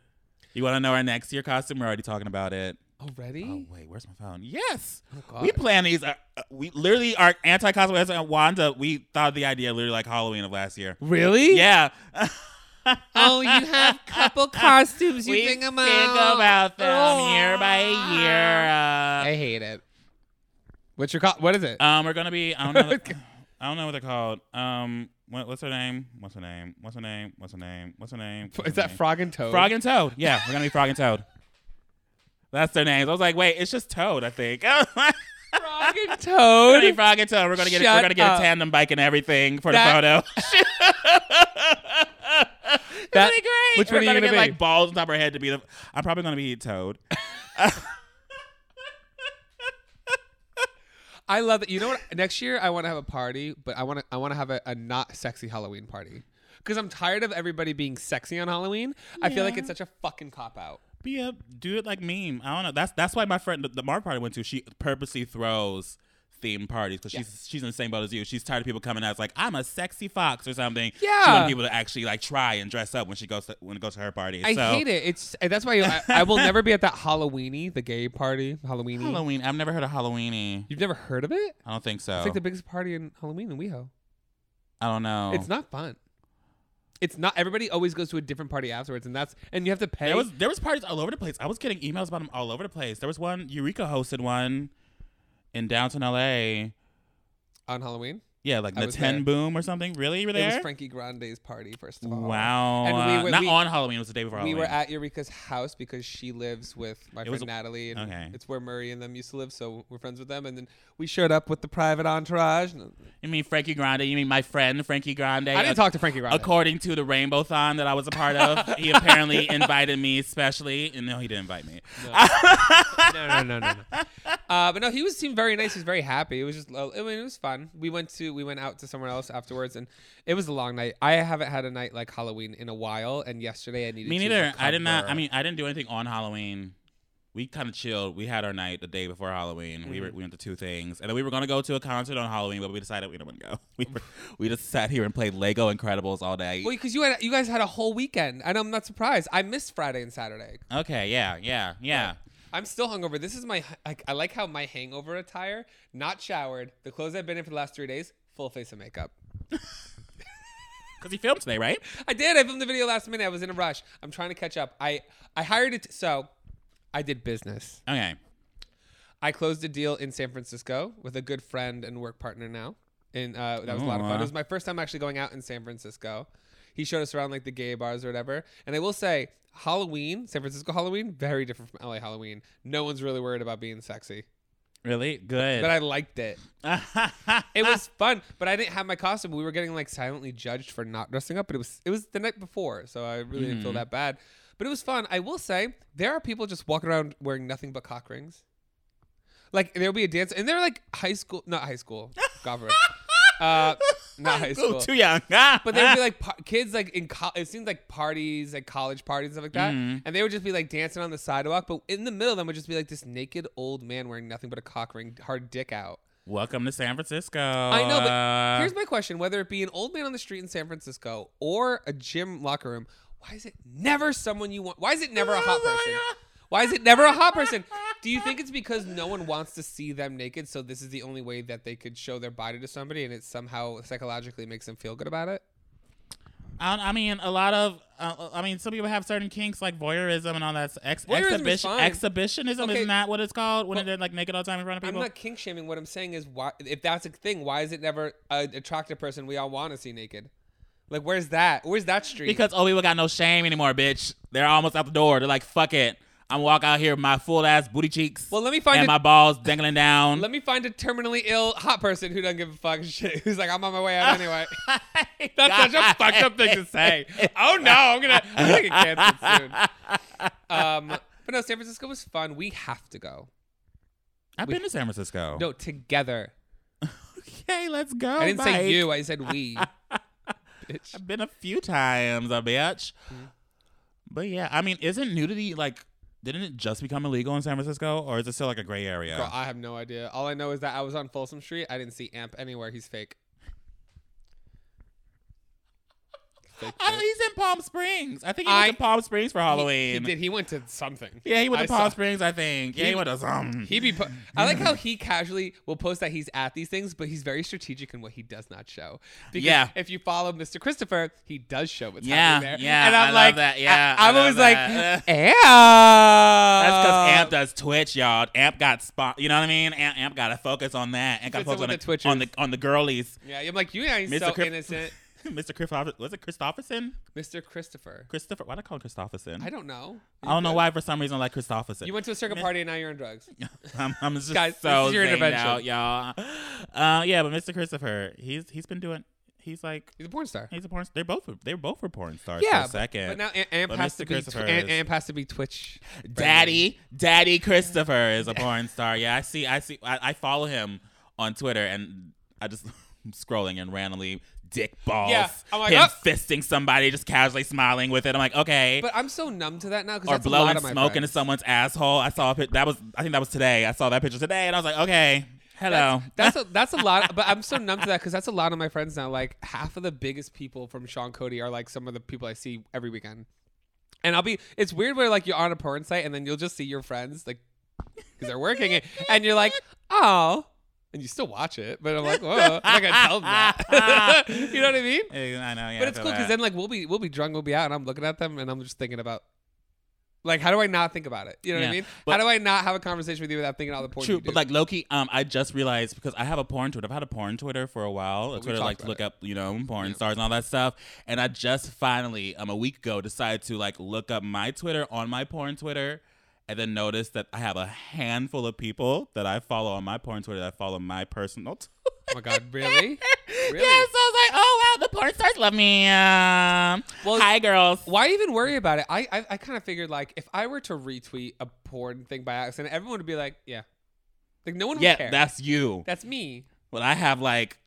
Speaker 1: You want to know our next year costume? We're already talking about it.
Speaker 2: Already?
Speaker 1: Oh wait, where's my phone? Yes,
Speaker 2: Oh, God.
Speaker 1: we plan these. Uh, uh, we literally our anti cosplay and Wanda. We thought of the idea literally like Halloween of last year.
Speaker 2: Really?
Speaker 1: Yeah.
Speaker 2: Oh, you have couple costumes. You
Speaker 1: we
Speaker 2: think about?
Speaker 1: think about them
Speaker 2: Oh
Speaker 1: year by year.
Speaker 2: I hate it. What's your co- What is it?
Speaker 1: Uh, um, we're gonna be. I don't know. the- I don't know what they're called. Um, what, what's her name? What's her name? What's her name? What's her name? What's her name? What's her
Speaker 2: is that
Speaker 1: name?
Speaker 2: Frog and Toad?
Speaker 1: Frog and Toad? Yeah, we're gonna be Frog and Toad. That's their names. I was like, wait, it's just Toad, I think.
Speaker 2: Frog and
Speaker 1: We're gonna be
Speaker 2: Toad.
Speaker 1: frog and toad. We're gonna get
Speaker 2: Shut
Speaker 1: we're gonna get
Speaker 2: up.
Speaker 1: a tandem bike and everything for
Speaker 2: That-
Speaker 1: the photo.
Speaker 2: That-
Speaker 1: That'd be great.
Speaker 2: which one
Speaker 1: we're
Speaker 2: are you
Speaker 1: gonna
Speaker 2: gonna
Speaker 1: get
Speaker 2: be?
Speaker 1: like balls on top of our head to be the. I'm probably gonna be toad.
Speaker 2: I love it. You know what? Next year I want to have a party, but I want to I want to have a, a not sexy Halloween party because I'm tired of everybody being sexy on Halloween. I feel like
Speaker 1: Yeah.
Speaker 2: it's such a fucking cop out.
Speaker 1: Be a do it like meme. I don't know. That's that's why my friend the, the Marv party I went to. She purposely throws theme parties because she's she's in the same boat as you. She's tired of people coming out as like I'm a sexy fox or something. she
Speaker 2: Yeah.
Speaker 1: wants people to actually like try and dress up when she goes to, when it goes to her party.
Speaker 2: I
Speaker 1: so,
Speaker 2: hate it. It's and that's why I, I will never be at that Halloweeny, the gay party, Halloweeny.
Speaker 1: Halloween. I've never heard of Halloweeny.
Speaker 2: You've never heard of it? It's
Speaker 1: I don't think so.
Speaker 2: like the biggest party in Halloween in WeHo.
Speaker 1: I don't know.
Speaker 2: It's not fun. It's not. Everybody always goes to a different party afterwards, and that's and you have to pay.
Speaker 1: There was there was parties all over the place. I was getting emails about them all over the place. There was one Eureka hosted one in downtown LA.
Speaker 2: on Halloween.
Speaker 1: Yeah, like
Speaker 2: I
Speaker 1: the
Speaker 2: was
Speaker 1: ten
Speaker 2: there.
Speaker 1: boom or something. Really, you were there?
Speaker 2: It was Frankie Grande's party, first of all.
Speaker 1: wow.
Speaker 2: And we
Speaker 1: uh,
Speaker 2: were-
Speaker 1: Not
Speaker 2: we-
Speaker 1: on Halloween. It was the day before
Speaker 2: We
Speaker 1: Halloween.
Speaker 2: were at Eureka's house because she lives with my
Speaker 1: was
Speaker 2: friend
Speaker 1: a-
Speaker 2: Natalie, and
Speaker 1: okay.
Speaker 2: it's where Murray and them used to live, so we're friends with them. And then we showed up with the private entourage. and-
Speaker 1: you mean Frankie Grande? You mean my friend Frankie Grande?
Speaker 2: I didn't
Speaker 1: Uh,
Speaker 2: talk to Frankie Grande.
Speaker 1: According to the Rainbow Thon that I was a part of, he apparently invited me specially. And no, he didn't invite me.
Speaker 2: no, no, no, no, no. Uh, but no, he was seemed very nice. He was very happy. It was just, uh, I mean, it was fun. We went to, we went out to somewhere else afterwards, and it was a long night. I haven't had a night like Halloween in a while, and yesterday I needed.
Speaker 1: Me
Speaker 2: to
Speaker 1: neither. I did not. I
Speaker 2: recover.
Speaker 1: mean, I didn't do anything on Halloween. We kind of chilled. We had our night the day before Halloween. We
Speaker 2: Mm-hmm.
Speaker 1: were, we went to two things, and then we were gonna go to a concert on Halloween, but we decided we didn't want to go. We were, we just sat here and played Lego Incredibles all day.
Speaker 2: well, because you had, you guys had a whole weekend, and I'm not surprised. I missed Friday and Saturday.
Speaker 1: Okay. Yeah. Yeah. Yeah.
Speaker 2: I'm still hungover. This is my like I like how my hangover attire, not showered, the clothes I've been in for the last three days, full face of makeup.
Speaker 1: Because he filmed today, right?
Speaker 2: I did. I filmed the video last minute. I was in a rush. I'm trying to catch up. I I hired it so I did business.
Speaker 1: Okay.
Speaker 2: I closed a deal in San Francisco with a good friend and work partner now. And uh, that was a lot of
Speaker 1: Aw.
Speaker 2: fun. It was my first time actually going out in San Francisco. He showed us around like the gay bars or whatever. And I will say, Halloween, San Francisco Halloween, very different from LA Halloween. No one's really worried about being sexy.
Speaker 1: Really good.
Speaker 2: But I liked it. It was fun, but I didn't have my costume. We were getting like silently judged for not dressing up, but it was it was the night before, so I really didn't feel that bad. But it was fun. I will say there are people just walking around wearing nothing but cock rings. Like there'll be a dance, and they're like high school, not high school, Godfrey, uh, not high
Speaker 1: Ooh,
Speaker 2: school.
Speaker 1: too young.
Speaker 2: But they'd be like par- kids, like in co- it seemed like parties, like college parties, stuff like that,
Speaker 1: Mhm.
Speaker 2: and they would just be like dancing on the sidewalk. But in the middle of them would just be like this naked old man wearing nothing but a cock ring, hard dick out.
Speaker 1: Welcome to San Francisco.
Speaker 2: I know, but
Speaker 1: Uh,
Speaker 2: here's my question: Whether it be an old man on the street in San Francisco or a gym locker room, why is it never someone you want? Why is it never
Speaker 1: Oh
Speaker 2: a hot person? Why is it never a hot person? Do you think it's because no one wants to see them naked, so this is the only way that they could show their body to somebody, and it somehow psychologically makes them feel good about it?
Speaker 1: I, I mean, a lot of. Uh, I mean, some people have certain kinks like voyeurism and all that. Ex-
Speaker 2: Voyeurism is
Speaker 1: exhibition,
Speaker 2: fine.
Speaker 1: exhibitionism
Speaker 2: Okay.
Speaker 1: isn't that what it's called when
Speaker 2: Well,
Speaker 1: they're like naked all the time in front of
Speaker 2: I'm
Speaker 1: people?
Speaker 2: not kink shaming. What I'm saying is, why if that's a thing, why is it never an attractive person we all want to see naked? Like, where's that? Where's that street?
Speaker 1: because oh, people got no shame anymore, bitch. They're almost out the door. They're like, fuck it. I'm walk out here with my full ass booty cheeks
Speaker 2: well, let me find
Speaker 1: and
Speaker 2: a-
Speaker 1: my balls dangling down.
Speaker 2: Let me find a terminally ill hot person who doesn't give a fuck shit. Who's like, I'm on my way out anyway. That's such a fucked up thing to say. Oh no, I'm gonna, I'm gonna get canceled soon. Um, but no, San Francisco was fun. We have to go.
Speaker 1: I've been to San Francisco.
Speaker 2: No, together.
Speaker 1: Okay, let's go.
Speaker 2: I didn't
Speaker 1: Mike.
Speaker 2: say you. I said we. Bitch.
Speaker 1: I've been a few times, I bitch.
Speaker 2: Mm-hmm.
Speaker 1: But yeah, I mean, isn't nudity like? Didn't it just become illegal in San Francisco, or is it still like a gray area?
Speaker 2: Girl, I have no idea. All I know is that I was on Folsom Street. I didn't see Amp anywhere. He's fake. Fake
Speaker 1: I
Speaker 2: bitch.
Speaker 1: don't, he's in Palm Springs. I think he
Speaker 2: I-
Speaker 1: went to Palm Springs for
Speaker 2: He,
Speaker 1: Halloween.
Speaker 2: he did. He went to something.
Speaker 1: Yeah, he went to
Speaker 2: I
Speaker 1: Palm
Speaker 2: saw-
Speaker 1: Springs, I think. Yeah, he,
Speaker 2: He-
Speaker 1: went to some.
Speaker 2: He be. Po- I like how he casually will post that he's at these things, but he's very strategic in what he does not show. Because
Speaker 1: Yeah.
Speaker 2: If you follow Mr. Christopher, he does show what's
Speaker 1: Yeah,
Speaker 2: happening there.
Speaker 1: yeah,
Speaker 2: And I'm
Speaker 1: I love
Speaker 2: like,
Speaker 1: that, yeah,
Speaker 2: I, am
Speaker 1: I love
Speaker 2: always
Speaker 1: that.
Speaker 2: like, Oh. Amp.
Speaker 1: That's because Amp does Twitch, y'all. Amp got spot. You know what I mean? Amp, Amp got to focus on that. Amp got to
Speaker 2: Fits in
Speaker 1: focus on the,
Speaker 2: with the
Speaker 1: on the on the girlies.
Speaker 2: Yeah, I'm like, you ain't
Speaker 1: Mr.
Speaker 2: so
Speaker 1: Christ-
Speaker 2: innocent,
Speaker 1: Mr. Christopher was it Christopherson?
Speaker 2: Mr. Christopher.
Speaker 1: Christopher? Why would I call him Christopherson?
Speaker 2: I don't know.
Speaker 1: I don't know why for some reason I like Christopherson.
Speaker 2: You went to a circuit party and now you're on drugs.
Speaker 1: I'm, I'm just
Speaker 2: Guys, this
Speaker 1: so
Speaker 2: is your
Speaker 1: zinged
Speaker 2: intervention.
Speaker 1: out, y'all. Uh, yeah, but Mr. Christopher, he's he's been doing. He's like
Speaker 2: He's a porn star.
Speaker 1: he's a porn. They both they both were porn stars
Speaker 2: Yeah,
Speaker 1: for a
Speaker 2: but-
Speaker 1: second.
Speaker 2: But now Am- Amp
Speaker 1: But
Speaker 2: has
Speaker 1: Mr.
Speaker 2: to be. Tw-
Speaker 1: Christopher
Speaker 2: Am-
Speaker 1: is-
Speaker 2: Amp has to be Twitch. friendly.
Speaker 1: Daddy, Daddy Christopher is a porn star. Yeah, I see. I see. I, I follow him on Twitter, and I just I'm scrolling and randomly dick balls.
Speaker 2: Yeah, I'm like,
Speaker 1: him
Speaker 2: "Oh."
Speaker 1: fisting somebody, just casually smiling with it. I'm like, okay.
Speaker 2: But I'm so numb to that now because
Speaker 1: or
Speaker 2: that's a lot
Speaker 1: blowing
Speaker 2: of my
Speaker 1: smoke into
Speaker 2: friends.
Speaker 1: someone's asshole. I saw a pic- that was. I think that was today. I saw that picture today, and I was like, okay, hello.
Speaker 2: That's a, that's a lot, but I'm so numb to that because that's a lot of my friends now. Like half of the biggest people from Sean Cody are like some of the people I see every weekend, and I'll be. It's weird where like you're on a porn site and then you'll just see your friends like because they're working it, and you're like, oh, and you still watch it, but I'm like, whoa, I'm not gonna tell them that. you know what I mean?
Speaker 1: Eh, I know. Yeah,
Speaker 2: but it's cool because then like we'll be we'll be drunk, we'll be out, and I'm looking at them and I'm just thinking about Like, how do I not think about it? You know what I
Speaker 1: Yeah,
Speaker 2: mean?
Speaker 1: but-
Speaker 2: how do I not have a conversation with you without thinking all the porn?
Speaker 1: True,
Speaker 2: you do?
Speaker 1: but like Loki, um, I just realized because I have a porn Twitter. I've had a porn Twitter for a while. A Twitter
Speaker 2: talked
Speaker 1: like to
Speaker 2: about
Speaker 1: look up, you know, porn stars and all that stuff. And I just finally, um, a week ago, decided to like look up my Twitter on my porn Twitter, and then noticed that I have a handful of people that I follow on my porn Twitter that follow my personal. T-
Speaker 2: oh my god, really? Really?
Speaker 1: Yes, I was like, oh wow, the porn stars love me. Um,
Speaker 2: Well,
Speaker 1: hi girls.
Speaker 2: Why even worry about it? I I, I kind of figured like if I were to retweet a porn thing by accident, everyone would be like, yeah, like no one would
Speaker 1: Yeah,
Speaker 2: care.
Speaker 1: that's you.
Speaker 2: that's me.
Speaker 1: But I have like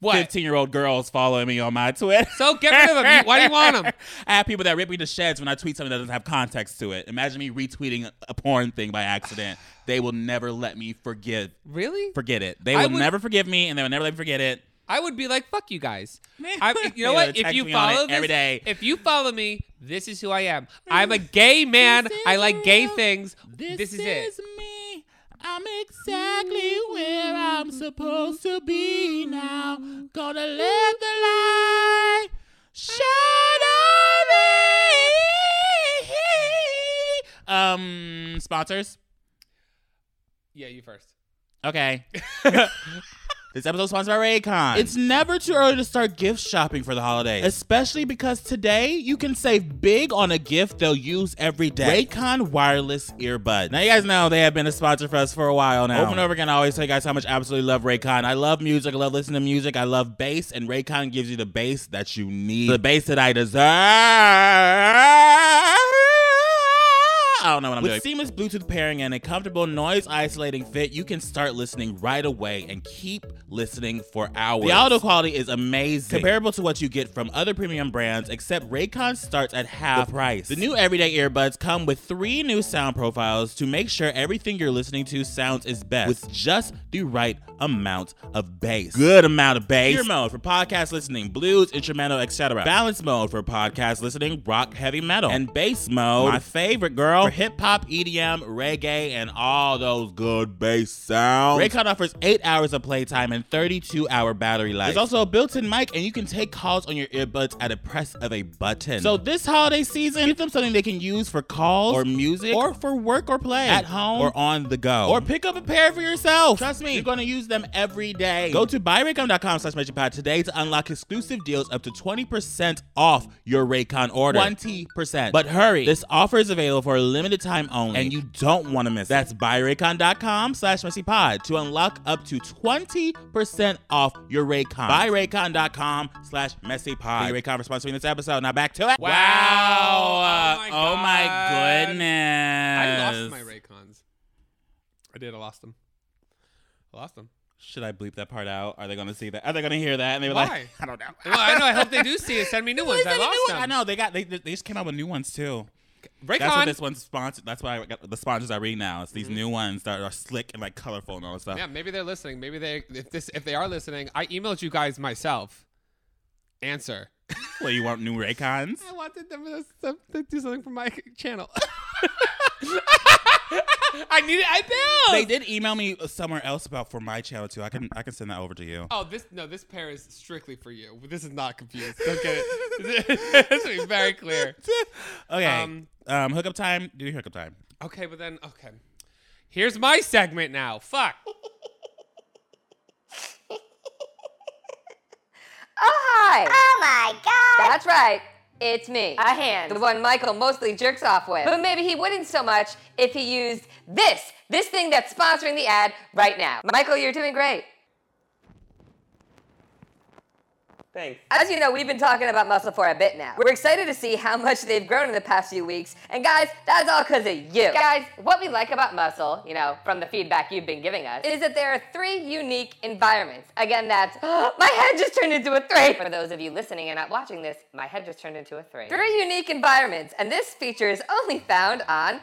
Speaker 2: What?
Speaker 1: fifteen-year-old girls following me on my Twitter.
Speaker 2: So get rid of them. You- Why do you want them?
Speaker 1: I have people that rip me to shreds when I tweet something that doesn't have context to it. Imagine me retweeting a porn thing by accident. they will never let me forgive
Speaker 2: Really?
Speaker 1: forget it. They
Speaker 2: I
Speaker 1: will
Speaker 2: would-
Speaker 1: never forgive me, and they will never let me forget it.
Speaker 2: I would be like, fuck you guys.
Speaker 1: Man.
Speaker 2: I, you know
Speaker 1: They
Speaker 2: what?
Speaker 1: would
Speaker 2: If
Speaker 1: text
Speaker 2: you
Speaker 1: me on it
Speaker 2: follow this,
Speaker 1: every day.
Speaker 2: if you follow me, this is who I am. I'm a gay man.
Speaker 1: This is
Speaker 2: I like gay
Speaker 1: real.
Speaker 2: things. This, is, it.
Speaker 1: me. I'm exactly where I'm supposed to be now. Gonna let the light shine on me. Um, sponsors.
Speaker 2: Yeah, you first.
Speaker 1: Okay. This episode is sponsored by Raycon. It's never too early to start gift shopping for the holidays, especially because today you can save big on a gift they'll use every day. Raycon wireless earbuds. Now you guys know they have been a sponsor for us for a while now. Over and over again, I always tell you guys how much I absolutely love Raycon. I love music. I love listening to music. I love bass, and Raycon gives you the bass that you need, the bass that I deserve. I don't know what I'm doing. With seamless Bluetooth pairing and a comfortable noise isolating fit, you can start listening right away and keep listening for hours. The audio quality is amazing, comparable to what you get from other premium brands, except Raycon starts at half the price. The new everyday earbuds come with three new sound profiles to make sure everything you're listening to sounds is best with just the right amount of bass. Good amount of bass. Ear mode for podcast listening, blues, instrumental, etc. Balance mode for podcast listening, rock, heavy metal, and bass mode. My favorite girl for hip hop, EDM, reggae, and all those good bass sounds. Raycon offers eight hours of playtime and 32 hour battery life. There's also a built-in mic, and you can take calls on your earbuds at a press of a button. So this holiday season, get them something they can use for calls or music or for work or play at home or on the go or pick up a pair for yourself. Trust me, you're gonna use them every day. Go to buyraycon.com slash pod today to unlock exclusive deals up to 20% off your Raycon order. 20%. But hurry, this offer is available for a limited time only, and you don't want to miss it. That's buyraycon.com slash pod to unlock up to 20% off your Raycon. Buyraycon.com slash pod. Thank you, Raycon, for sponsoring this episode. Now back to it.
Speaker 2: Wow.
Speaker 1: Wow.
Speaker 2: Oh my
Speaker 1: Oh my,
Speaker 2: God.
Speaker 1: goodness.
Speaker 2: I lost my Raycons. I did. I lost them. I lost them.
Speaker 1: Should I bleep that part out? Are they going to see that? Are they going to hear that? And they were
Speaker 2: Why?
Speaker 1: like, I don't know.
Speaker 2: Well, I know. I hope they do see it. Send me new ones.
Speaker 1: They
Speaker 2: I
Speaker 1: said a new
Speaker 2: lost
Speaker 1: one.
Speaker 2: them.
Speaker 1: I know they got they, they they just came out with new ones too.
Speaker 2: Raycon. Mm-hmm.
Speaker 1: That's what this one's sponsored. That's why I got the sponsors I read now. It's these new ones that are slick and like colorful and all that stuff.
Speaker 2: yeah, maybe they're listening. Maybe they. If this, if they are listening, I emailed you guys myself. Answer.
Speaker 1: Well, you want new Raycons?
Speaker 2: I wanted them to, some- to do something for my channel. I needed. I know.
Speaker 1: They did email me somewhere else about for my channel too. I can I can send that over to you.
Speaker 2: Oh, this no. This pair is strictly for you. This is not confused. Don't get it. this is very clear.
Speaker 1: okay. Um,
Speaker 2: Um,
Speaker 1: hookup time. Do your hookup time.
Speaker 2: Okay, but then okay. Here's my segment now. Fuck.
Speaker 3: Oh, hi.
Speaker 4: Oh my god!
Speaker 3: That's right. It's me, a hand, the one Michael mostly jerks off with. But maybe he wouldn't so much if he used this, this thing that's sponsoring the ad right now. Michael, you're doing great.
Speaker 5: Thanks.
Speaker 3: As you know, we've been talking about muscle for a bit now. We're excited to see how much they've grown in the past few weeks. And guys, that's all because of you. Guys, what we like about muscle, you know, from the feedback you've been giving us, is that there are three unique environments. Again, that's my head just turned into a three. For those of you listening and not watching this, my head just turned into a three. Three unique environments, and this feature is only found on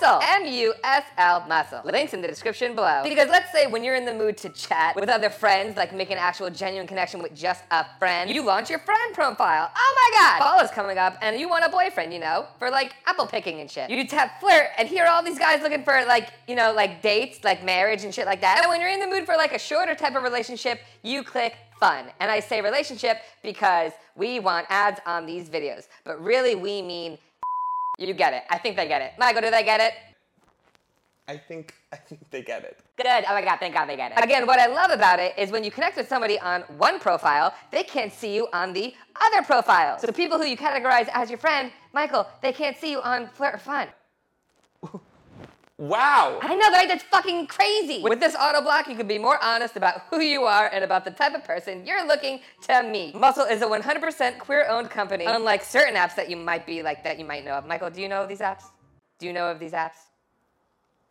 Speaker 3: Muscle. M-U-S-L muscle. Links in the description below. Because let's say when you're in the mood to chat with other friends, like make an actual genuine connection with just a friend, you launch your friend profile. Oh my god! Fall is coming up and you want a boyfriend, you know, for like apple picking and shit. You tap flirt and here are all these guys looking for like, you know, like dates, like marriage and shit like that. And when you're in the mood for like a shorter type of relationship, you click fun. And I say relationship because we want ads on these videos. But really we mean You get it. I think they get it. Michael, do they get it?
Speaker 5: I think I think they get it.
Speaker 3: Good. Oh my God, thank God they get it. Again, what I love about it is when you connect with somebody on one profile, they can't see you on the other profile. So people who you categorize as your friend, Michael, they can't see you on Flirt or Fun.
Speaker 5: Wow.
Speaker 3: I know, right? That's fucking crazy. With this auto block, you can be more honest about who you are and about the type of person you're looking to meet. Muscle is a 100% queer-owned company, unlike certain apps that you might be like that you might know of. Michael, do you know of these apps? Do you know of these apps?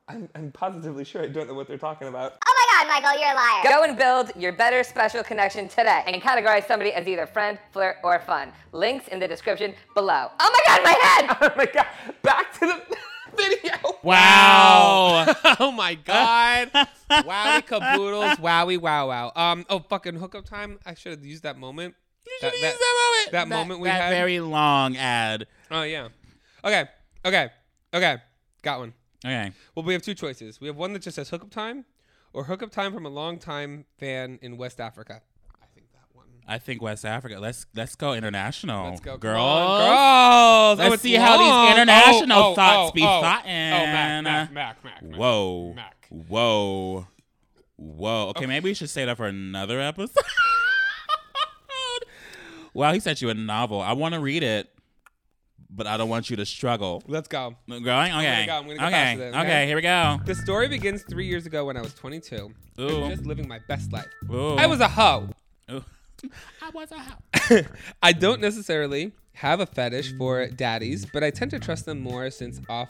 Speaker 5: I'm, I'm positively sure I don't know what they're talking about.
Speaker 4: Oh my god, Michael, you're a liar.
Speaker 3: Go and build your better special connection today and categorize somebody as either friend, flirt, or fun. Links in the description below. Oh my god, my head!
Speaker 5: Oh my god. Back to the video.
Speaker 1: Wow.
Speaker 2: oh my god. Wowie caboodles. Wowie wow wow. Um. Oh fucking hookup time. I should have used that moment.
Speaker 1: You should use that moment.
Speaker 2: that moment we
Speaker 1: that
Speaker 2: had.
Speaker 1: very long ad.
Speaker 2: Oh yeah. Okay. Okay. Okay. Got one.
Speaker 1: Okay.
Speaker 2: Well, we have two choices. We have one that just says hookup time, or hookup time from a long time fan in West Africa. I think that one.
Speaker 1: I think West Africa. Let's let's go international.
Speaker 2: Let's go,
Speaker 1: girls.
Speaker 2: Come on, girls.
Speaker 1: Let's
Speaker 2: oh, it's
Speaker 1: see how these
Speaker 2: long.
Speaker 1: international
Speaker 2: oh, oh,
Speaker 1: thoughts
Speaker 2: oh,
Speaker 1: be
Speaker 2: oh.
Speaker 1: thoughtin'.
Speaker 2: Oh, Mac, Mac, Mac, Mac, Mac.
Speaker 1: Whoa.
Speaker 2: Mac.
Speaker 1: Whoa. Whoa. Okay, maybe we should say that for another episode. wow, he sent you a novel. I want to read it, but I don't want you to struggle.
Speaker 2: Let's go.
Speaker 1: Going? Okay.
Speaker 2: go- I'm gonna go
Speaker 1: okay.
Speaker 2: faster then, okay?
Speaker 1: okay, here we go.
Speaker 2: The story begins three years ago when I was 22.
Speaker 1: Ooh.
Speaker 2: I'm just living my best life.
Speaker 1: Ooh.
Speaker 2: I was a hoe.
Speaker 1: Ooh. I was a ho-
Speaker 2: I don't necessarily have a fetish for daddies, but I tend to trust them more since off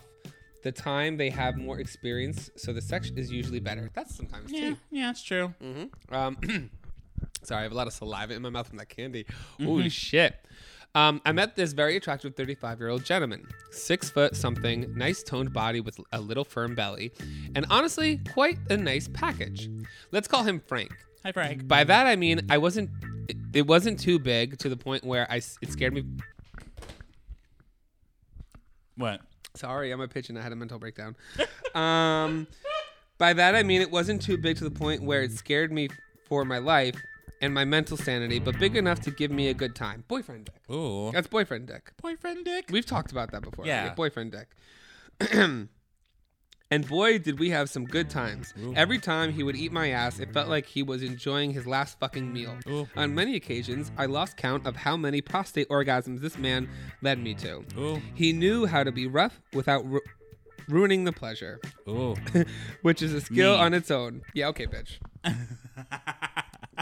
Speaker 2: the time they have more experience, so the sex is usually better. That's sometimes
Speaker 1: Yeah,
Speaker 2: too.
Speaker 1: yeah, it's true.
Speaker 2: Um, sorry, I have a lot of saliva in my mouth from that candy. Holy shit. Um, I met this very attractive 35 year old gentleman, six foot something, nice toned body with a little firm belly, and honestly, quite a nice package. Let's call him Frank.
Speaker 1: Hi, Frank.
Speaker 2: By that I mean I wasn't. It, it wasn't too big to the point where I s- it scared me.
Speaker 1: What?
Speaker 2: Sorry, I'm a pigeon. I had a mental breakdown. um, by that I mean it wasn't too big to the point where it scared me for my life and my mental sanity, but big enough to give me a good time. Boyfriend dick.
Speaker 1: Ooh.
Speaker 2: That's boyfriend dick.
Speaker 1: boyfriend dick.
Speaker 2: We've talked about that before.
Speaker 1: Yeah.
Speaker 2: boyfriend dick. and boy, did we have some good times. Every time he would eat my ass, it felt like he was enjoying his last fucking meal.
Speaker 1: Ooh.
Speaker 2: On many occasions, I lost count of how many prostate orgasms this man led me to.
Speaker 1: Ooh.
Speaker 2: He knew how to be rough without ru- ruining the pleasure,
Speaker 1: Ooh.
Speaker 2: which is a skill
Speaker 1: Me.
Speaker 2: on its own. Yeah, okay, bitch.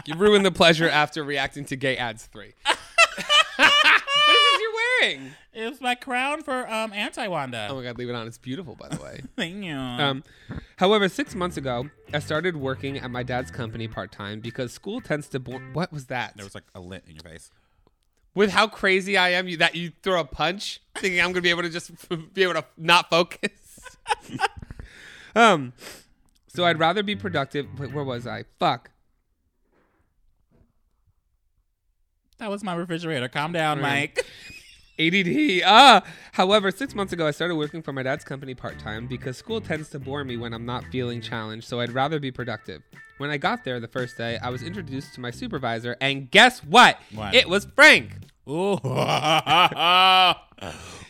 Speaker 2: you ruined the pleasure after reacting to gay ads three. what is this you're wearing?
Speaker 1: it was my crown for um anti Wanda.
Speaker 2: Oh my god, leave it on. It's beautiful, by the way.
Speaker 1: Thank you.
Speaker 2: Um, however, six months ago, I started working at my dad's company part time because school tends to. Bo- what was that?
Speaker 1: there was like a lint in your face.
Speaker 2: With how crazy I am, you that you throw a punch thinking I'm gonna be able to just be able to not focus. um, so I'd rather be productive. Wait, where was I? Fuck.
Speaker 1: That was my refrigerator. Calm down, Mike.
Speaker 2: ADD. Ah. However, six months ago, I started working for my dad's company part time because school tends to bore me when I'm not feeling challenged, so I'd rather be productive. When I got there the first day, I was introduced to my supervisor, and guess what?
Speaker 1: What?
Speaker 2: It was Frank.
Speaker 1: Ooh.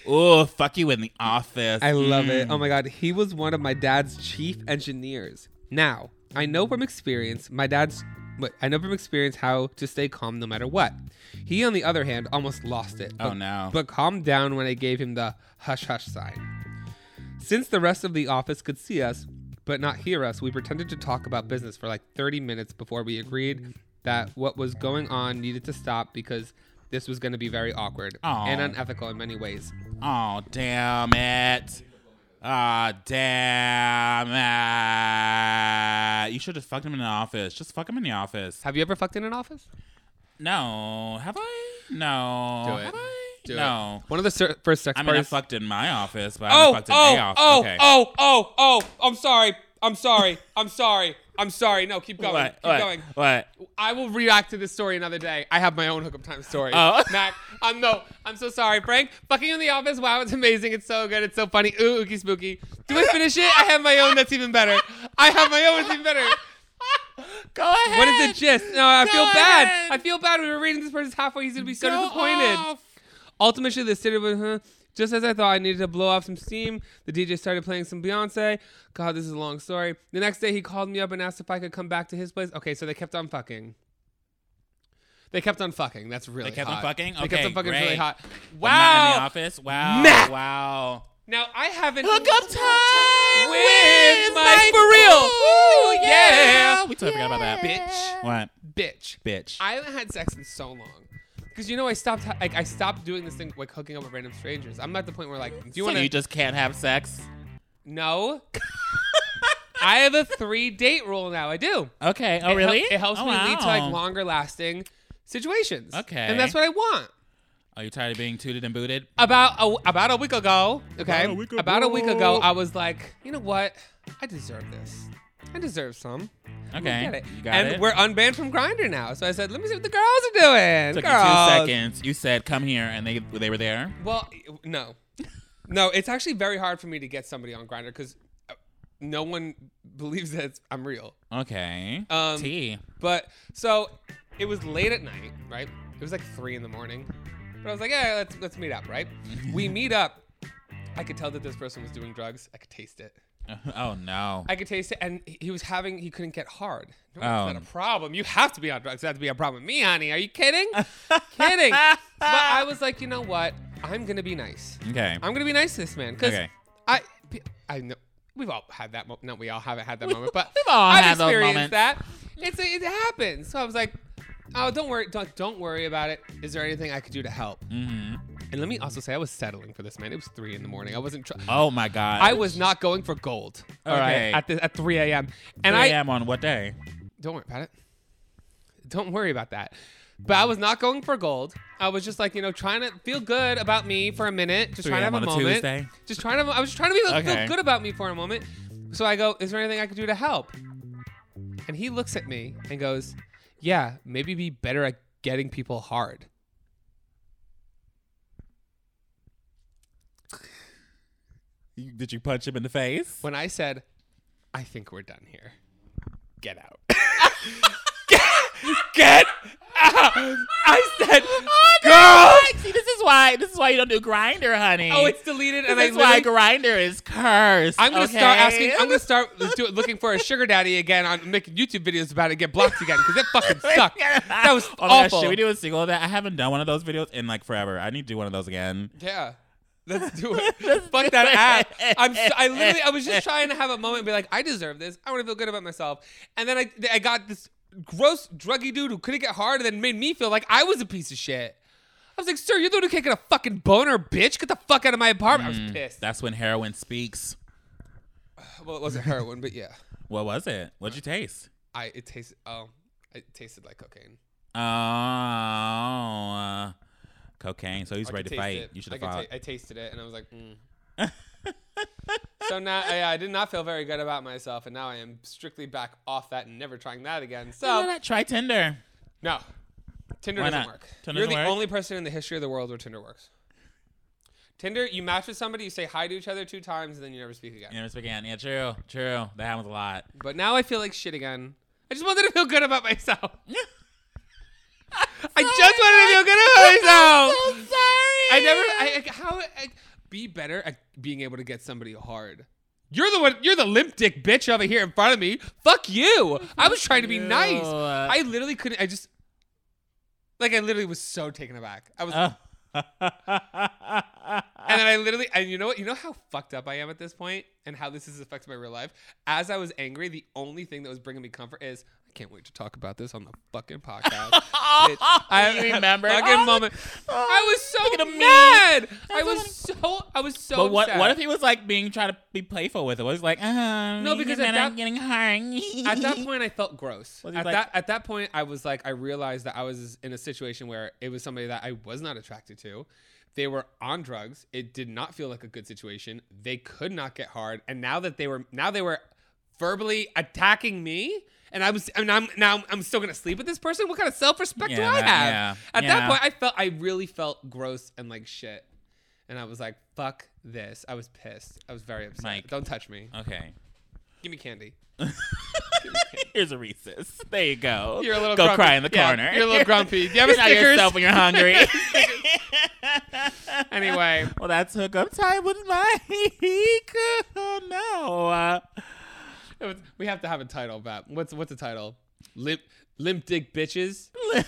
Speaker 1: Ooh, fuck you in the office. Mm.
Speaker 2: I love it. Oh my God. He was one of my dad's chief engineers. Now, I know from experience, my dad's. Wait, I know from experience how to stay calm no matter what. He, on the other hand, almost lost it.
Speaker 1: Oh,
Speaker 2: but-
Speaker 1: no.
Speaker 2: But calmed down when I gave him the hush hush sign. Since the rest of the office could see us, but not hear us, we pretended to talk about business for like 30 minutes before we agreed that what was going on needed to stop because this was going to be very awkward
Speaker 1: Aw.
Speaker 2: and unethical in many ways.
Speaker 1: Oh, damn it. Ah, damn it. You should have fucked him in the office. Just fuck him in the office.
Speaker 2: Have you ever fucked in an office?
Speaker 1: No. Have I? No.
Speaker 2: Do it.
Speaker 1: Have I?
Speaker 2: Do
Speaker 1: no.
Speaker 2: it. One of the ser- first sex
Speaker 1: I mean, I
Speaker 2: parties.
Speaker 1: fucked in my office, but I haven't
Speaker 2: oh,
Speaker 1: fucked in a
Speaker 2: oh,
Speaker 1: office.
Speaker 2: oh,
Speaker 1: okay.
Speaker 2: oh, oh, oh, I'm sorry. I'm sorry. I'm sorry. I'm sorry. No, keep going.
Speaker 1: What?
Speaker 2: oh. Keep
Speaker 1: What?
Speaker 2: going.
Speaker 1: What?
Speaker 2: I will react to this story another day. I have my own hookup time story.
Speaker 1: Oh.
Speaker 2: Mac, I'm no, I'm so sorry, Frank. Fucking in the office. Wow, it's amazing. It's so good. It's so funny. Ooh, ookie spooky. Do I finish it? I have my own. That's even better. I have my own. It's even better.
Speaker 1: Go ahead.
Speaker 2: What is the gist? No, I
Speaker 1: Go
Speaker 2: feel bad.
Speaker 1: ahead.
Speaker 2: I feel bad. We were reading this person's halfway. He's gonna be so
Speaker 1: Go
Speaker 2: disappointed.
Speaker 1: off.
Speaker 2: Ultimately, the city was, huh? Just as I thought I needed to blow off some steam, the DJ started playing some Beyonce. God, this is a long story. The next day, he called me up and asked if I could come back to his place. Okay, so they kept on fucking. They kept on fucking. That's really
Speaker 1: kept on
Speaker 2: hot.
Speaker 1: fucking?
Speaker 2: They kept
Speaker 1: Okay,
Speaker 2: on fucking really
Speaker 1: great.
Speaker 2: hot.
Speaker 1: I'm not in the
Speaker 2: Wow.
Speaker 1: office. Wow.
Speaker 2: Matt.
Speaker 1: Wow.
Speaker 2: Now I haven't
Speaker 1: Hook up time
Speaker 2: with
Speaker 1: with
Speaker 2: my-
Speaker 1: my
Speaker 2: for real.
Speaker 1: Ooh,
Speaker 2: Ooh,
Speaker 1: yeah.
Speaker 2: yeah.
Speaker 1: We totally forgot about that.
Speaker 2: Bitch.
Speaker 1: What?
Speaker 2: bitch.
Speaker 1: Bitch.
Speaker 2: I haven't had sex in so long. Because you know, I stopped like I stopped doing this thing like hooking up with random strangers. I'm at the point where like, do you
Speaker 1: so
Speaker 2: want
Speaker 1: you
Speaker 2: to?
Speaker 1: just can't have sex?
Speaker 2: No. I have a three date rule now. I do.
Speaker 1: Okay. Oh,
Speaker 2: It hel-
Speaker 1: really?
Speaker 2: It, helps
Speaker 1: Oh,
Speaker 2: me lead to
Speaker 1: wow.
Speaker 2: like longer lasting situations.
Speaker 1: Okay.
Speaker 2: And that's what I want.
Speaker 1: Are you tired of being tooted and booted?
Speaker 2: About a, about a week ago, okay,
Speaker 1: About a week
Speaker 2: about a week ago,
Speaker 1: ago.
Speaker 2: I was like, you know what? I deserve this. I deserve some. I'm gonna
Speaker 1: Okay.
Speaker 2: get it.
Speaker 1: You got
Speaker 2: and
Speaker 1: it.
Speaker 2: we're unbanned from Grinder now. So I said, let me see what the girls are doing.
Speaker 1: Took you
Speaker 2: Girls.
Speaker 1: two seconds. You said, "Come here," and they they were there.
Speaker 2: Well, no, no. It's actually very hard for me to get somebody on Grinder because no one believes that it's, I'm real.
Speaker 1: Okay.
Speaker 2: Um,
Speaker 1: T.
Speaker 2: But so it was late at night, right? It was like three in the morning. But I was like, yeah, let's let's meet up, right? we meet up. I could tell that this person was doing drugs. I could taste it.
Speaker 1: Oh no.
Speaker 2: I could taste it, and he he was having. He couldn't get hard. No, that's
Speaker 1: Oh.
Speaker 2: not a problem. You have to be on drugs. That'd be a problem with me, honey. Are you kidding? kidding. But I was like, you know what? I'm gonna be nice.
Speaker 1: okay.
Speaker 2: I'm gonna be nice to this man because
Speaker 1: Okay.
Speaker 2: I, I know we've all had that. Mo- no, we all haven't had that moment, but
Speaker 1: we've all
Speaker 2: I've
Speaker 1: had those
Speaker 2: experienced
Speaker 1: moments.
Speaker 2: that. It's it happens. So I was like, oh, don't worry, don't, don't worry about it. Is there anything I could do to help?
Speaker 1: hmm
Speaker 2: And let me also say, I was settling for this man. It was three in the morning. I wasn't. Tr-
Speaker 1: Oh my god.
Speaker 2: I was not going for gold. All right,
Speaker 1: Okay.
Speaker 2: at the, at 3 a.m. And
Speaker 1: And
Speaker 2: I
Speaker 1: I am on what day?
Speaker 2: don't worry about it. Don't worry about that. But I was not going for gold. I was just like, you know, trying to feel good about me for a minute. Just
Speaker 1: 3
Speaker 2: trying to have
Speaker 1: a.m.
Speaker 2: a
Speaker 1: on a
Speaker 2: moment.
Speaker 1: Tuesday?
Speaker 2: Just trying to. I was just trying to be,
Speaker 1: Okay.
Speaker 2: feel good about me for a moment. So I go, is there anything I could do to help? And he looks at me and goes, yeah, maybe be better at getting people hard.
Speaker 1: You- Did you punch him in the face?
Speaker 2: When I said, I think we're done here. Get out.
Speaker 1: Get
Speaker 2: I said,
Speaker 1: girl. See, this is Oh, why this is why you don't do grinder, honey.
Speaker 2: oh, it's deleted.
Speaker 1: this
Speaker 2: And I
Speaker 1: is why
Speaker 2: literally-
Speaker 1: grinder is cursed.
Speaker 2: I'm gonna
Speaker 1: okay?
Speaker 2: start asking. I'm gonna start do, looking for a sugar daddy again on making YouTube videos about it. Get blocked again because that fucking sucked. That was
Speaker 1: oh my gosh,
Speaker 2: awful.
Speaker 1: should we do a sequel of that? I haven't done one of those videos in like forever. I need to do one of those again.
Speaker 2: yeah. Let's do it. Fuck that app. I'm. So, I literally. I was just trying to have a moment and be like, I deserve this. I want to feel good about myself. And then I. I got this gross druggy dude who couldn't get hard and then made me feel like I was a piece of shit. I was like, sir, you're the one who can't get a fucking boner, bitch. Get the fuck out of my apartment. I was pissed.
Speaker 1: Mm. That's when heroin speaks.
Speaker 2: well, it wasn't heroin, but yeah.
Speaker 1: What was it? What'd you taste?
Speaker 2: I. It tasted. Oh, it tasted like cocaine.
Speaker 1: Oh, uh, cocaine. So he's
Speaker 2: I
Speaker 1: ready to
Speaker 2: could taste
Speaker 1: fight.
Speaker 2: it.
Speaker 1: You should
Speaker 2: I
Speaker 1: have
Speaker 2: could
Speaker 1: fought.
Speaker 2: ta- I tasted it and I was like, mm. so now I, I did not feel very good about myself, and now I am strictly back off that and never trying that again.
Speaker 1: Why
Speaker 2: So
Speaker 1: not try Tinder.
Speaker 2: no, Tinder
Speaker 1: Why
Speaker 2: doesn't
Speaker 1: not?
Speaker 2: work.
Speaker 1: Tinder
Speaker 2: You're
Speaker 1: doesn't
Speaker 2: the
Speaker 1: work?
Speaker 2: only person in the history of the world where Tinder works. Tinder, you match with somebody, you say hi to each other two times, and then you never speak again.
Speaker 1: You never speak again. Yeah, true, true. That happens a lot.
Speaker 2: But now I feel like shit again. I just wanted to feel good about myself. I just wanted to feel good about myself.
Speaker 1: I'm so sorry.
Speaker 2: I never. I, I- how? I, be better at being able to get somebody hard. You're the one. You're the limp dick bitch over here in front of me. Fuck you. I was trying to be nice.
Speaker 1: you.
Speaker 2: I literally couldn't. I just. Like I literally was so taken aback. I was,
Speaker 1: Uh.
Speaker 2: and then I literally, and you know what? You know how fucked up I am at this point, and how this has affected my real life. As I was angry, the only thing that was bringing me comfort is I can't wait to talk about this on the fucking podcast. Bitch,
Speaker 1: I
Speaker 2: haven't had a
Speaker 1: remember.
Speaker 2: fucking
Speaker 1: Oh,
Speaker 2: moment.
Speaker 1: oh,
Speaker 2: I was
Speaker 1: look at
Speaker 2: so
Speaker 1: me.
Speaker 2: mad. I
Speaker 1: That's
Speaker 2: was so I was so.
Speaker 1: But what?
Speaker 2: upset.
Speaker 1: What if he was like being trying to be playful with it? What if he's like, uh,
Speaker 2: No, because at
Speaker 1: man, I'm
Speaker 2: that-
Speaker 1: getting hard.
Speaker 2: At that point, I felt gross.
Speaker 1: Was
Speaker 2: At
Speaker 1: he like-
Speaker 2: that at that point, I was like, I realized that I was in a situation where it was somebody that I was not attracted to. They were on drugs. It did not feel like a good situation. They could not get hard. And now that they were now they were verbally attacking me. And I was, and I'm now. I'm still gonna sleep with this person. What kind of self respect do
Speaker 1: Yeah,
Speaker 2: I
Speaker 1: that-
Speaker 2: have?
Speaker 1: yeah,
Speaker 2: At
Speaker 1: yeah.
Speaker 2: that point, I felt, I really felt gross and like shit. And I was like, "Fuck this!" I was pissed. I was very upset.
Speaker 1: Mike.
Speaker 2: Don't touch me.
Speaker 1: okay.
Speaker 2: Give me candy.
Speaker 1: Here's a Reese's. There you go.
Speaker 2: You're a little
Speaker 1: go
Speaker 2: grumpy.
Speaker 1: cry in the
Speaker 2: Yeah,
Speaker 1: corner.
Speaker 2: You're a little grumpy. Do you have a
Speaker 1: You're not yourself
Speaker 2: Snickers?
Speaker 1: when you're hungry.
Speaker 2: Anyway,
Speaker 1: well, that's hookup time with Mike. Oh no. Uh,
Speaker 2: it was- we have to have a title, Bap. What's what's the title? Limp limp dick bitches.
Speaker 1: limp,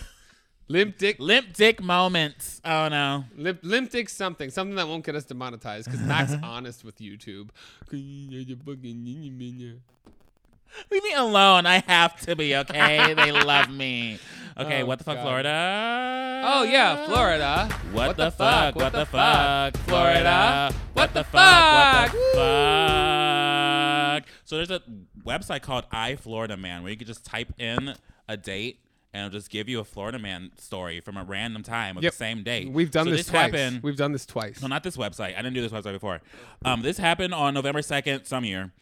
Speaker 2: Limp dick
Speaker 1: limp dick moments. Oh no.
Speaker 2: limp, limp dick something something that won't get us demonetized because Mac's honest with YouTube.
Speaker 1: Leave me alone. I have to be okay. they love me. Okay.
Speaker 2: Oh,
Speaker 1: what the fuck,
Speaker 2: God.
Speaker 1: Florida?
Speaker 2: Oh yeah, Florida.
Speaker 1: What, the, fuck? What the fuck? Florida. What the
Speaker 2: fuck?
Speaker 1: fuck? What the fuck? So there's a website called I Florida Man where you could just type in a date and it'll just give you a Florida man story from a random time of
Speaker 2: Yep.
Speaker 1: the same date.
Speaker 2: We've done
Speaker 1: So
Speaker 2: this,
Speaker 1: this
Speaker 2: twice.
Speaker 1: happened-
Speaker 2: We've done this twice.
Speaker 1: no, not this website. I didn't do this website before. Um, this happened on November 2nd, some year.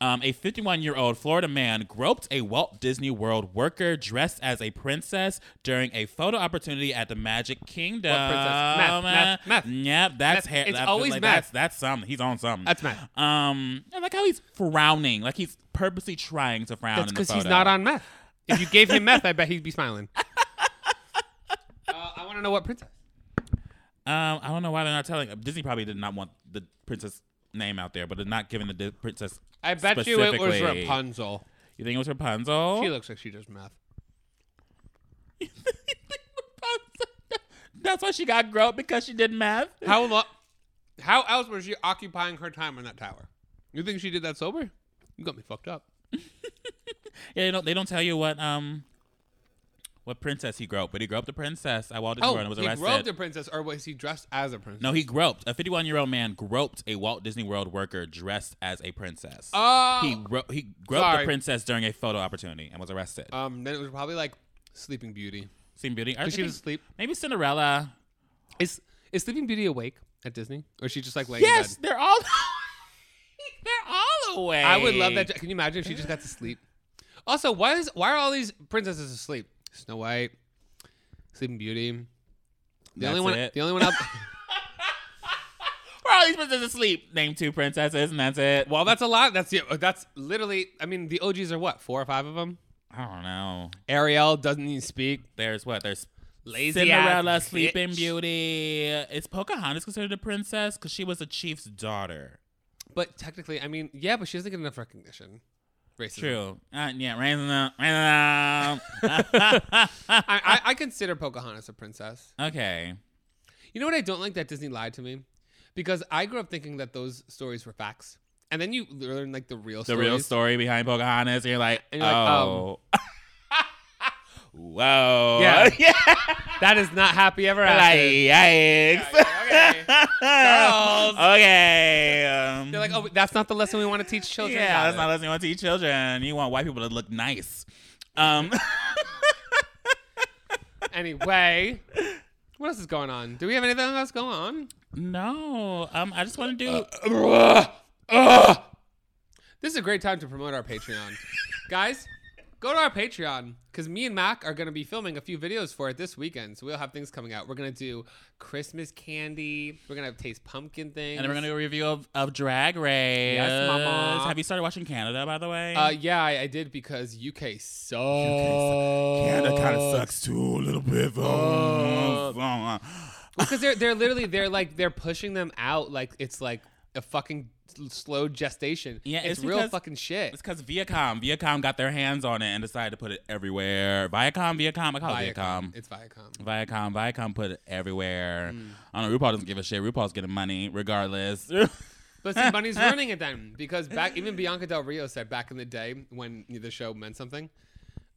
Speaker 1: Um, a 51 year old Florida man groped a Walt Disney World worker dressed as a princess during a photo opportunity at the Magic Kingdom.
Speaker 2: Math, math, math.
Speaker 1: Yep,
Speaker 2: Math.
Speaker 1: that's hair.
Speaker 2: It's
Speaker 1: that's,
Speaker 2: always
Speaker 1: like,
Speaker 2: math.
Speaker 1: That's, that's something. He's on something.
Speaker 2: That's math.
Speaker 1: Um, I like how he's frowning. Like he's purposely trying to frown
Speaker 2: That's
Speaker 1: in the
Speaker 2: because
Speaker 1: photo.
Speaker 2: he's not on meth. If you gave him meth, I bet he'd be smiling. uh, I want to know what princess.
Speaker 1: Um, I don't know why they're not telling. Disney probably did not want the princess name out there, but they're not giving the di- princess.
Speaker 2: I bet you it was
Speaker 1: specifically.
Speaker 2: Rapunzel.
Speaker 1: You think it was Rapunzel?
Speaker 2: She looks like she does meth.
Speaker 1: That's why she got groped because she did math.
Speaker 2: How lo- How else was she occupying her time in that tower? You think she did that sober? You got me fucked up.
Speaker 1: Yeah, they don't, they don't tell you what um what princess he groped, but he groped a princess at Walt Disney World and was
Speaker 2: Oh, he
Speaker 1: arrested.
Speaker 2: groped a princess, or was he dressed as a princess?
Speaker 1: no, he groped a 51 year old man groped a Walt Disney World worker dressed as a princess.
Speaker 2: Oh.
Speaker 1: he gro- he groped
Speaker 2: Sorry.
Speaker 1: a princess during a photo opportunity and was arrested.
Speaker 2: um. Then it was probably like Sleeping Beauty.
Speaker 1: Sleeping Beauty. Or
Speaker 2: Because she
Speaker 1: I
Speaker 2: was
Speaker 1: think
Speaker 2: asleep.
Speaker 1: Maybe Cinderella.
Speaker 2: Is is Sleeping Beauty awake at Disney, or is she just like laying
Speaker 1: Yes,
Speaker 2: in
Speaker 1: they're all they're all away.
Speaker 2: bed? I would love that. Can you imagine if she just got to sleep? Also, why is why are all these princesses asleep? Snow White, Sleeping Beauty. The only
Speaker 1: That's
Speaker 2: one.
Speaker 1: it.
Speaker 2: The only one up.
Speaker 1: We're all these princesses asleep. Name two princesses, and that's it.
Speaker 2: well, that's a lot. That's yeah, That's literally. I mean, the OGs are what four or five of them.
Speaker 1: I don't know.
Speaker 2: Ariel doesn't even speak.
Speaker 1: There's what? There's
Speaker 2: Lazy
Speaker 1: Cinderella,
Speaker 2: ass
Speaker 1: Sleeping
Speaker 2: bitch.
Speaker 1: Beauty. Is Pocahontas considered a princess? Because she was a chief's daughter.
Speaker 2: But technically, I mean, yeah, but she doesn't get enough recognition. Racism.
Speaker 1: True. Uh, yeah, raising them, raising them.
Speaker 2: I, I, I consider Pocahontas a princess.
Speaker 1: okay.
Speaker 2: You know what I don't like that Disney lied to me? Because I grew up thinking that those stories were facts. And then you learn like the real
Speaker 1: The
Speaker 2: stories.
Speaker 1: real story behind Pocahontas. And you're like,
Speaker 2: And you're like,
Speaker 1: oh. Whoa.
Speaker 2: Yeah. That is not happy ever
Speaker 1: like,
Speaker 2: after.
Speaker 1: yikes.
Speaker 2: Okay. Girls.
Speaker 1: okay. Um,
Speaker 2: They're like, oh, that's not the lesson we want to teach children.
Speaker 1: Yeah,
Speaker 2: Got
Speaker 1: that's
Speaker 2: it.
Speaker 1: not lesson you want to teach children. You want white people to look nice. Um,
Speaker 2: Anyway, what else is going on? Do we have anything else going on?
Speaker 1: no. Um, I just want to do.
Speaker 2: This is a great time to promote our Patreon. Guys, go to our Patreon because me and Mac are going to be filming a few videos for it this weekend. So we'll have things coming out. We're going to do Christmas candy. We're going to taste pumpkin things.
Speaker 1: and then we're gonna do a review of, of Drag Race.
Speaker 2: Yes, mama.
Speaker 1: Have you started watching Canada, by the way?
Speaker 2: Uh, yeah, I, I did because UK sucks.
Speaker 1: Canada kind of sucks too, a little bit.
Speaker 2: Because they're they're literally they're like they're pushing them out like it's like a fucking s- slow gestation.
Speaker 1: Yeah,
Speaker 2: it's,
Speaker 1: it's
Speaker 2: real
Speaker 1: because-
Speaker 2: fucking shit.
Speaker 1: It's because Viacom, Viacom got their hands on it and decided to put it everywhere. Viacom, Viacom, I call it Viacom.
Speaker 2: It's Viacom.
Speaker 1: Viacom, Viacom put it everywhere. I don't know. RuPaul doesn't give a shit. RuPaul's getting money regardless.
Speaker 2: But see, Bunny's ruining it then because back even Bianca Del Rio said back in the day when the show meant something.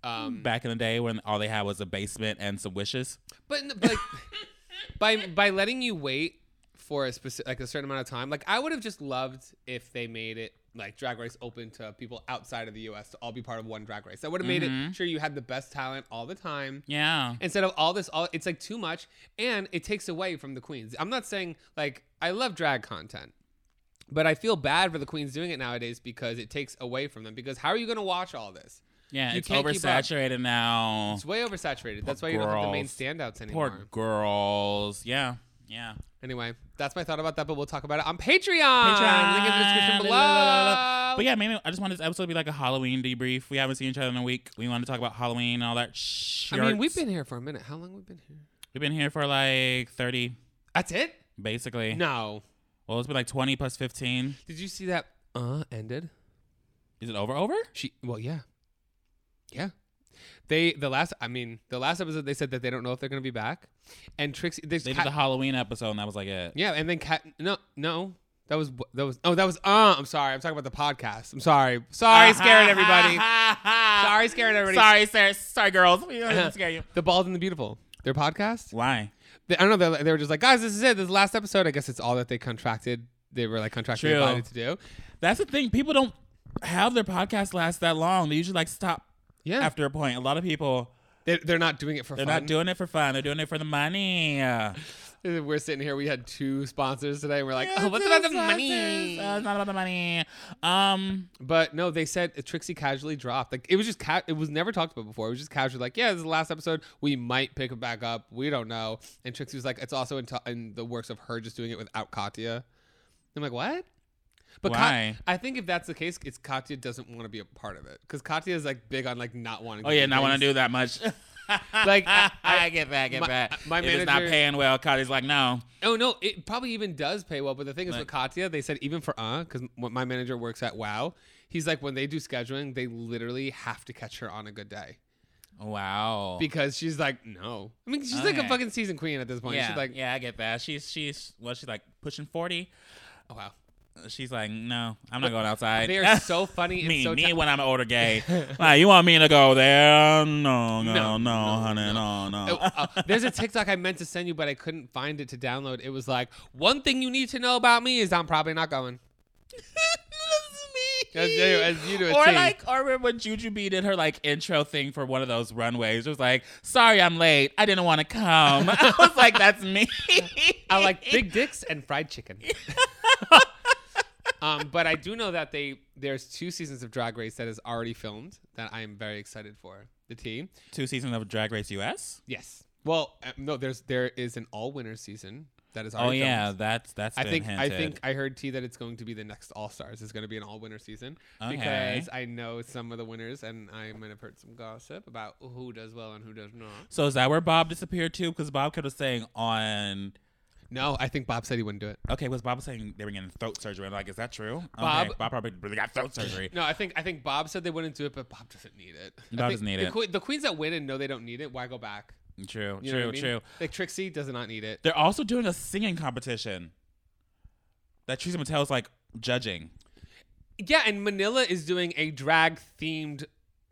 Speaker 2: Um,
Speaker 1: Back in the day when all they had was a basement and some wishes.
Speaker 2: but n- like by by letting you wait for a specific like a certain amount of time, like I would have just loved if they made it like Drag Race open to people outside of the U.S. to all be part of one Drag Race. That would have made it sure you had the best talent all the time.
Speaker 1: Yeah.
Speaker 2: instead of all this all it's like too much and it takes away from the queens i'm not saying like i love drag content but i feel bad for the queens doing it nowadays because it takes away from them because how are you going to watch all this
Speaker 1: Yeah,
Speaker 2: You
Speaker 1: it's
Speaker 2: can't keep up.
Speaker 1: oversaturated now.
Speaker 2: it's way oversaturated that's why you don't have the main
Speaker 1: girls.
Speaker 2: standouts anymore
Speaker 1: Poor girls. Yeah. Yeah.
Speaker 2: anyway that's my thought about that but we'll talk about it on patreon, patreon. link in the description
Speaker 1: Patreon.
Speaker 2: below
Speaker 1: Ah, La, la, la, la, la. But yeah, maybe I just want this episode to be like a Halloween debrief. We haven't seen each other in a week. We want to talk about Halloween and all that shit.
Speaker 2: I mean, we've been here for a minute. How long we been here?
Speaker 1: we've been here for like thirty,
Speaker 2: That's it?
Speaker 1: basically.
Speaker 2: No.
Speaker 1: Well, it's been like twenty plus fifteen.
Speaker 2: Did you see that? Uh, ended.
Speaker 1: Is it over? Over?
Speaker 2: She. Well, yeah, yeah. They the last. I mean, the last episode they said that they don't know if they're gonna be back, and Trixie. There's
Speaker 1: They
Speaker 2: Kat-
Speaker 1: did the Halloween episode, and that was like it.
Speaker 2: yeah, and then Cat. No, no. That was that was. Oh, that was. Uh, I'm sorry. I'm talking about the podcast. I'm sorry. Sorry, scaring everybody. sorry, scaring everybody.
Speaker 1: Sorry, Sarah. Sorry, girls. We didn't scare you.
Speaker 2: The bald and the beautiful. Their podcast.
Speaker 1: Why?
Speaker 2: They, I don't know. They, they were just like, guys, this is it. This is the last episode. I guess it's all that they contracted. They were like contractually
Speaker 1: True.
Speaker 2: invited to do.
Speaker 1: That's the thing. People don't have their podcast last that long. They usually like stop
Speaker 2: Yeah.
Speaker 1: after a point. A lot of people
Speaker 2: They, they're not doing it for
Speaker 1: they're
Speaker 2: fun.
Speaker 1: not doing it for fun. Oh, They're doing it for the money.
Speaker 2: We're sitting here. We had two sponsors today. And we're like,
Speaker 1: Yeah,
Speaker 2: oh, what's
Speaker 1: it's
Speaker 2: about the
Speaker 1: just-
Speaker 2: money?
Speaker 1: Uh, it's not about the money. Um,
Speaker 2: But no, they said Trixie casually dropped. Like it was just ca- it was never talked about before. It was just casually like, yeah, this is the last episode. We might pick it back up. We don't know. And Trixie was like, it's also in, to in the works of her just doing it without Katya. I'm like, what? But Ka-
Speaker 1: Why?
Speaker 2: I think if that's the case, it's Katya doesn't want to be a part of it because Katya is like big on like not wanting.
Speaker 1: oh yeah,
Speaker 2: do
Speaker 1: not want
Speaker 2: things.
Speaker 1: to do that much.
Speaker 2: Like, I- I-
Speaker 1: get that, get
Speaker 2: my-
Speaker 1: that.
Speaker 2: my
Speaker 1: if it's not
Speaker 2: manager-
Speaker 1: paying well. Cotty's like, no.
Speaker 2: Oh no, it probably even does pay well. But the thing is,
Speaker 1: Like-
Speaker 2: with Katya, they said even for uh, because my manager works at Wow, he's like when they do scheduling, they literally have to catch her on a good day
Speaker 1: Wow.
Speaker 2: because she's like, no, I mean she's like a
Speaker 1: Okay.
Speaker 2: fucking season queen at this point.
Speaker 1: yeah,
Speaker 2: She's like,
Speaker 1: yeah, I get that. She's she's well, she's like pushing forty.
Speaker 2: oh wow,
Speaker 1: She's like, no, I'm not going outside.
Speaker 2: they are so funny and
Speaker 1: me,
Speaker 2: so
Speaker 1: me
Speaker 2: ta-
Speaker 1: when I'm older gay. like, you want me to go there? No, no,
Speaker 2: No,
Speaker 1: no,
Speaker 2: no,
Speaker 1: honey, no, no.
Speaker 2: Oh, oh, there's a TikTok I meant to send you, but I couldn't find it to download. It was like, one thing you need to know about me is I'm probably not going. As you- as you do it,
Speaker 1: or
Speaker 2: too.
Speaker 1: like, or remember when Juju B did her like intro thing for one of those runways? It was like, "Sorry, I'm late. I didn't want to come." I was like, "That's me."
Speaker 2: I like big dicks and fried chicken. um, but I do know that they there's two seasons of Drag Race that is already filmed that I am very excited for. The team,
Speaker 1: two seasons of Drag Race US.
Speaker 2: yes. Well, uh, no, there's there is an all winner season that is
Speaker 1: Oh
Speaker 2: already.
Speaker 1: yeah,
Speaker 2: filmed.
Speaker 1: that's that's.
Speaker 2: I
Speaker 1: been
Speaker 2: think I
Speaker 1: hinted.
Speaker 2: think I heard T that it's going to be the next All Stars. It's going to be an all winner season
Speaker 1: Okay.
Speaker 2: because I know some of the winners and I might have heard some gossip about who does well and who does not.
Speaker 1: So is that where Bob disappeared too? Because Bob kept saying on.
Speaker 2: No, I think Bob said he wouldn't do it.
Speaker 1: Okay, was Bob saying they were getting throat surgery? I'm like, is that true? Okay,
Speaker 2: Bob-
Speaker 1: Bob probably really got throat surgery.
Speaker 2: No, I think I think Bob said they wouldn't do it, but Bob doesn't need it. I
Speaker 1: Bob
Speaker 2: think
Speaker 1: doesn't need
Speaker 2: the
Speaker 1: it.
Speaker 2: que- the queens that win and know they don't need it, why go back?
Speaker 1: True,
Speaker 2: You know what
Speaker 1: true,
Speaker 2: I mean?
Speaker 1: true.
Speaker 2: Like Trixie does not need it.
Speaker 1: They're also doing a singing competition that Teresa Mattel's like judging.
Speaker 2: Yeah, and Manila is doing a drag themed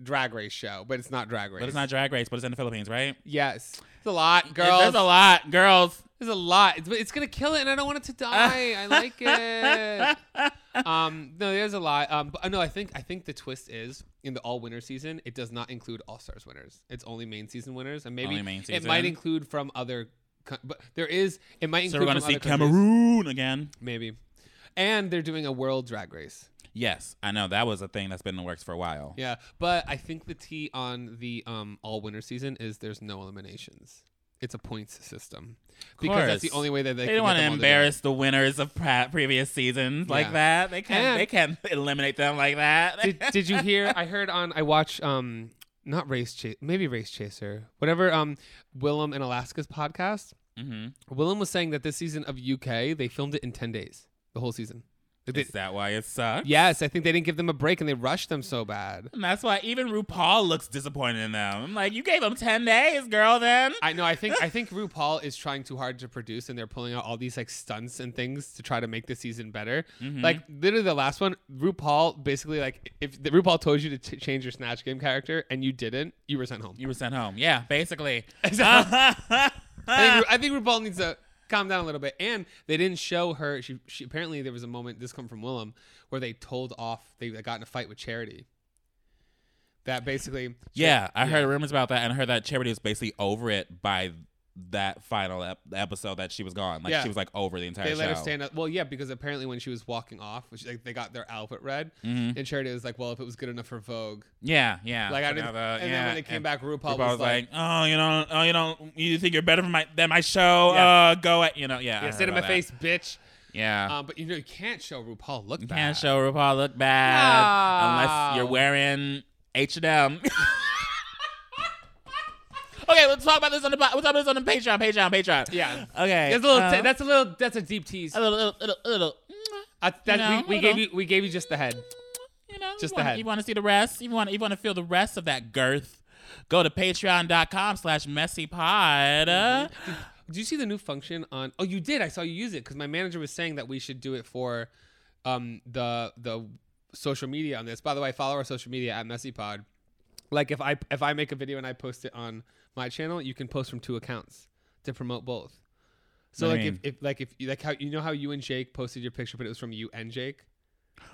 Speaker 2: drag race show, but it's not drag race.
Speaker 1: But it's not drag race, but it's in the Philippines, right?
Speaker 2: Yes, it's a lot, girls.
Speaker 1: There's a lot. Girls.
Speaker 2: There's a lot. It's, it's gonna kill it, and I don't want it to die. I like it. Um, no, there's a lot. Um, but uh, no, I think I think the twist is in the all winner season, it does not include all stars winners. It's only main season winners, and maybe
Speaker 1: Only main
Speaker 2: it might
Speaker 1: season.
Speaker 2: include from other. co- But there is it might include.
Speaker 1: so we're going to
Speaker 2: from
Speaker 1: see
Speaker 2: other countries.
Speaker 1: Cameroon again.
Speaker 2: maybe, and they're doing a world drag race.
Speaker 1: Yes, I know. That was a thing that's been in the works for a while.
Speaker 2: Yeah, but I think the T on the um all winner season is there's no eliminations. It's a points system because that's the
Speaker 1: course.
Speaker 2: only way that they,
Speaker 1: They
Speaker 2: can get
Speaker 1: don't want to
Speaker 2: them all together.
Speaker 1: embarrass the winners of pre- previous seasons
Speaker 2: Yeah.
Speaker 1: like that. They can't.
Speaker 2: And-
Speaker 1: they can't eliminate them like that.
Speaker 2: did, did you hear? I heard on I watch um not race chase maybe race chaser whatever um Willem and Alaska's podcast.
Speaker 1: Mhm.
Speaker 2: Willem was saying that this season of UK they filmed it in ten days the whole season. Like,
Speaker 1: Is
Speaker 2: they-
Speaker 1: that why it sucks?
Speaker 2: yes, I think they didn't give them a break and they rushed them so bad.
Speaker 1: And that's why even RuPaul looks disappointed in them. I'm like, you gave them ten days, girl. Then
Speaker 2: I know. I think I think RuPaul is trying too hard to produce, and they're pulling out all these like stunts and things to try to make the season better. Like literally the last one, RuPaul basically like if the, RuPaul told you to t- change your Snatch Game character and you didn't, you were sent home.
Speaker 1: you were sent home. Yeah, basically.
Speaker 2: I
Speaker 1: Uh.
Speaker 2: think, Ru- I think RuPaul needs to calm down a little bit. And they didn't show her. She, she apparently there was a moment. This come from Willem, where they told off. They got in a fight with Charity. That basically.
Speaker 1: Yeah, I heard rumors about that, and I heard that Charity was basically over it by that final ep- episode that she was gone. Like
Speaker 2: Yeah.
Speaker 1: she was like over the entire
Speaker 2: They
Speaker 1: show.
Speaker 2: let her stand up. Well, yeah, because apparently when she was walking off, which, like, they got their outfit red,
Speaker 1: Mm-hmm.
Speaker 2: and Charity was like, "Well, if it was good enough for Vogue,
Speaker 1: Yeah, yeah.
Speaker 2: like I
Speaker 1: So
Speaker 2: didn't."
Speaker 1: now the-
Speaker 2: and then
Speaker 1: yeah,
Speaker 2: when they came
Speaker 1: and
Speaker 2: back, RuPaul,
Speaker 1: RuPaul was like, "Oh, you know, oh, you know, you think you're better for my than my show?
Speaker 2: Yeah.
Speaker 1: Uh, go at you know, yeah." I
Speaker 2: "Yeah,
Speaker 1: heard
Speaker 2: sit in my
Speaker 1: about that.
Speaker 2: face, bitch."
Speaker 1: Yeah.
Speaker 2: Um, but you know, you can't show RuPaul look
Speaker 1: you
Speaker 2: bad.
Speaker 1: can't show RuPaul look bad unless you're
Speaker 2: No.
Speaker 1: wearing H and M. Okay, let's talk about this on the po- we'll talk about this on the Patreon, Patreon, Patreon.
Speaker 2: Yeah.
Speaker 1: Okay.
Speaker 2: That's a little.
Speaker 1: uh,
Speaker 2: t- that's a little. That's a deep tease.
Speaker 1: a little, little, little, little.
Speaker 2: I, that,
Speaker 1: No,
Speaker 2: we, we
Speaker 1: hold
Speaker 2: gave
Speaker 1: on.
Speaker 2: you. We gave you just the head.
Speaker 1: you know,
Speaker 2: Just
Speaker 1: you
Speaker 2: the
Speaker 1: wanna,
Speaker 2: head.
Speaker 1: You want to see the rest? You want you want to feel the rest of that girth? Go to patreon.com slash messy pod.
Speaker 2: Did you see the new function on? Oh, you did. I saw you use it because my manager was saying that we should do it for, um, the the social media on this. By the way, follow our social media at MessyPod. Like if I if I make a video and I post it on my channel, you can post from two accounts to promote both. So
Speaker 1: What do
Speaker 2: like
Speaker 1: you
Speaker 2: if,
Speaker 1: mean?
Speaker 2: if like if you like how you know how you and Jake posted your picture, but it was from you and Jake.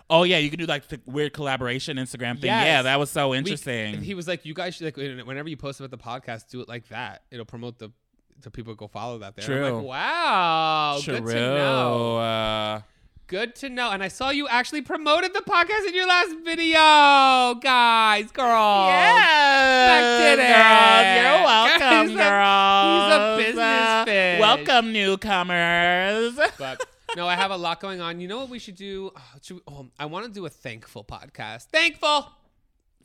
Speaker 1: Oh yeah, you can do like the weird collaboration Instagram thing.
Speaker 2: Yes.
Speaker 1: Yeah, that was so
Speaker 2: We-
Speaker 1: interesting.
Speaker 2: he was like, you guys should like whenever you post about the podcast, do it like that. It'll promote the so people go follow that there. And I'm
Speaker 1: True.
Speaker 2: like, wow.
Speaker 1: oh,
Speaker 2: Good to know.
Speaker 1: True. Uh,
Speaker 2: Good to know. And I saw you actually promoted the podcast in your last video, guys, girls.
Speaker 1: Yes,
Speaker 2: Back to it.
Speaker 1: girls, you're
Speaker 2: He's a-
Speaker 1: welcome, girls.
Speaker 2: he's a business
Speaker 1: Uh,
Speaker 2: fish.
Speaker 1: Welcome, newcomers.
Speaker 2: But no, I have a lot going on. You know what we should do? Oh, should we- oh, I want to do a thankful podcast. Thankful.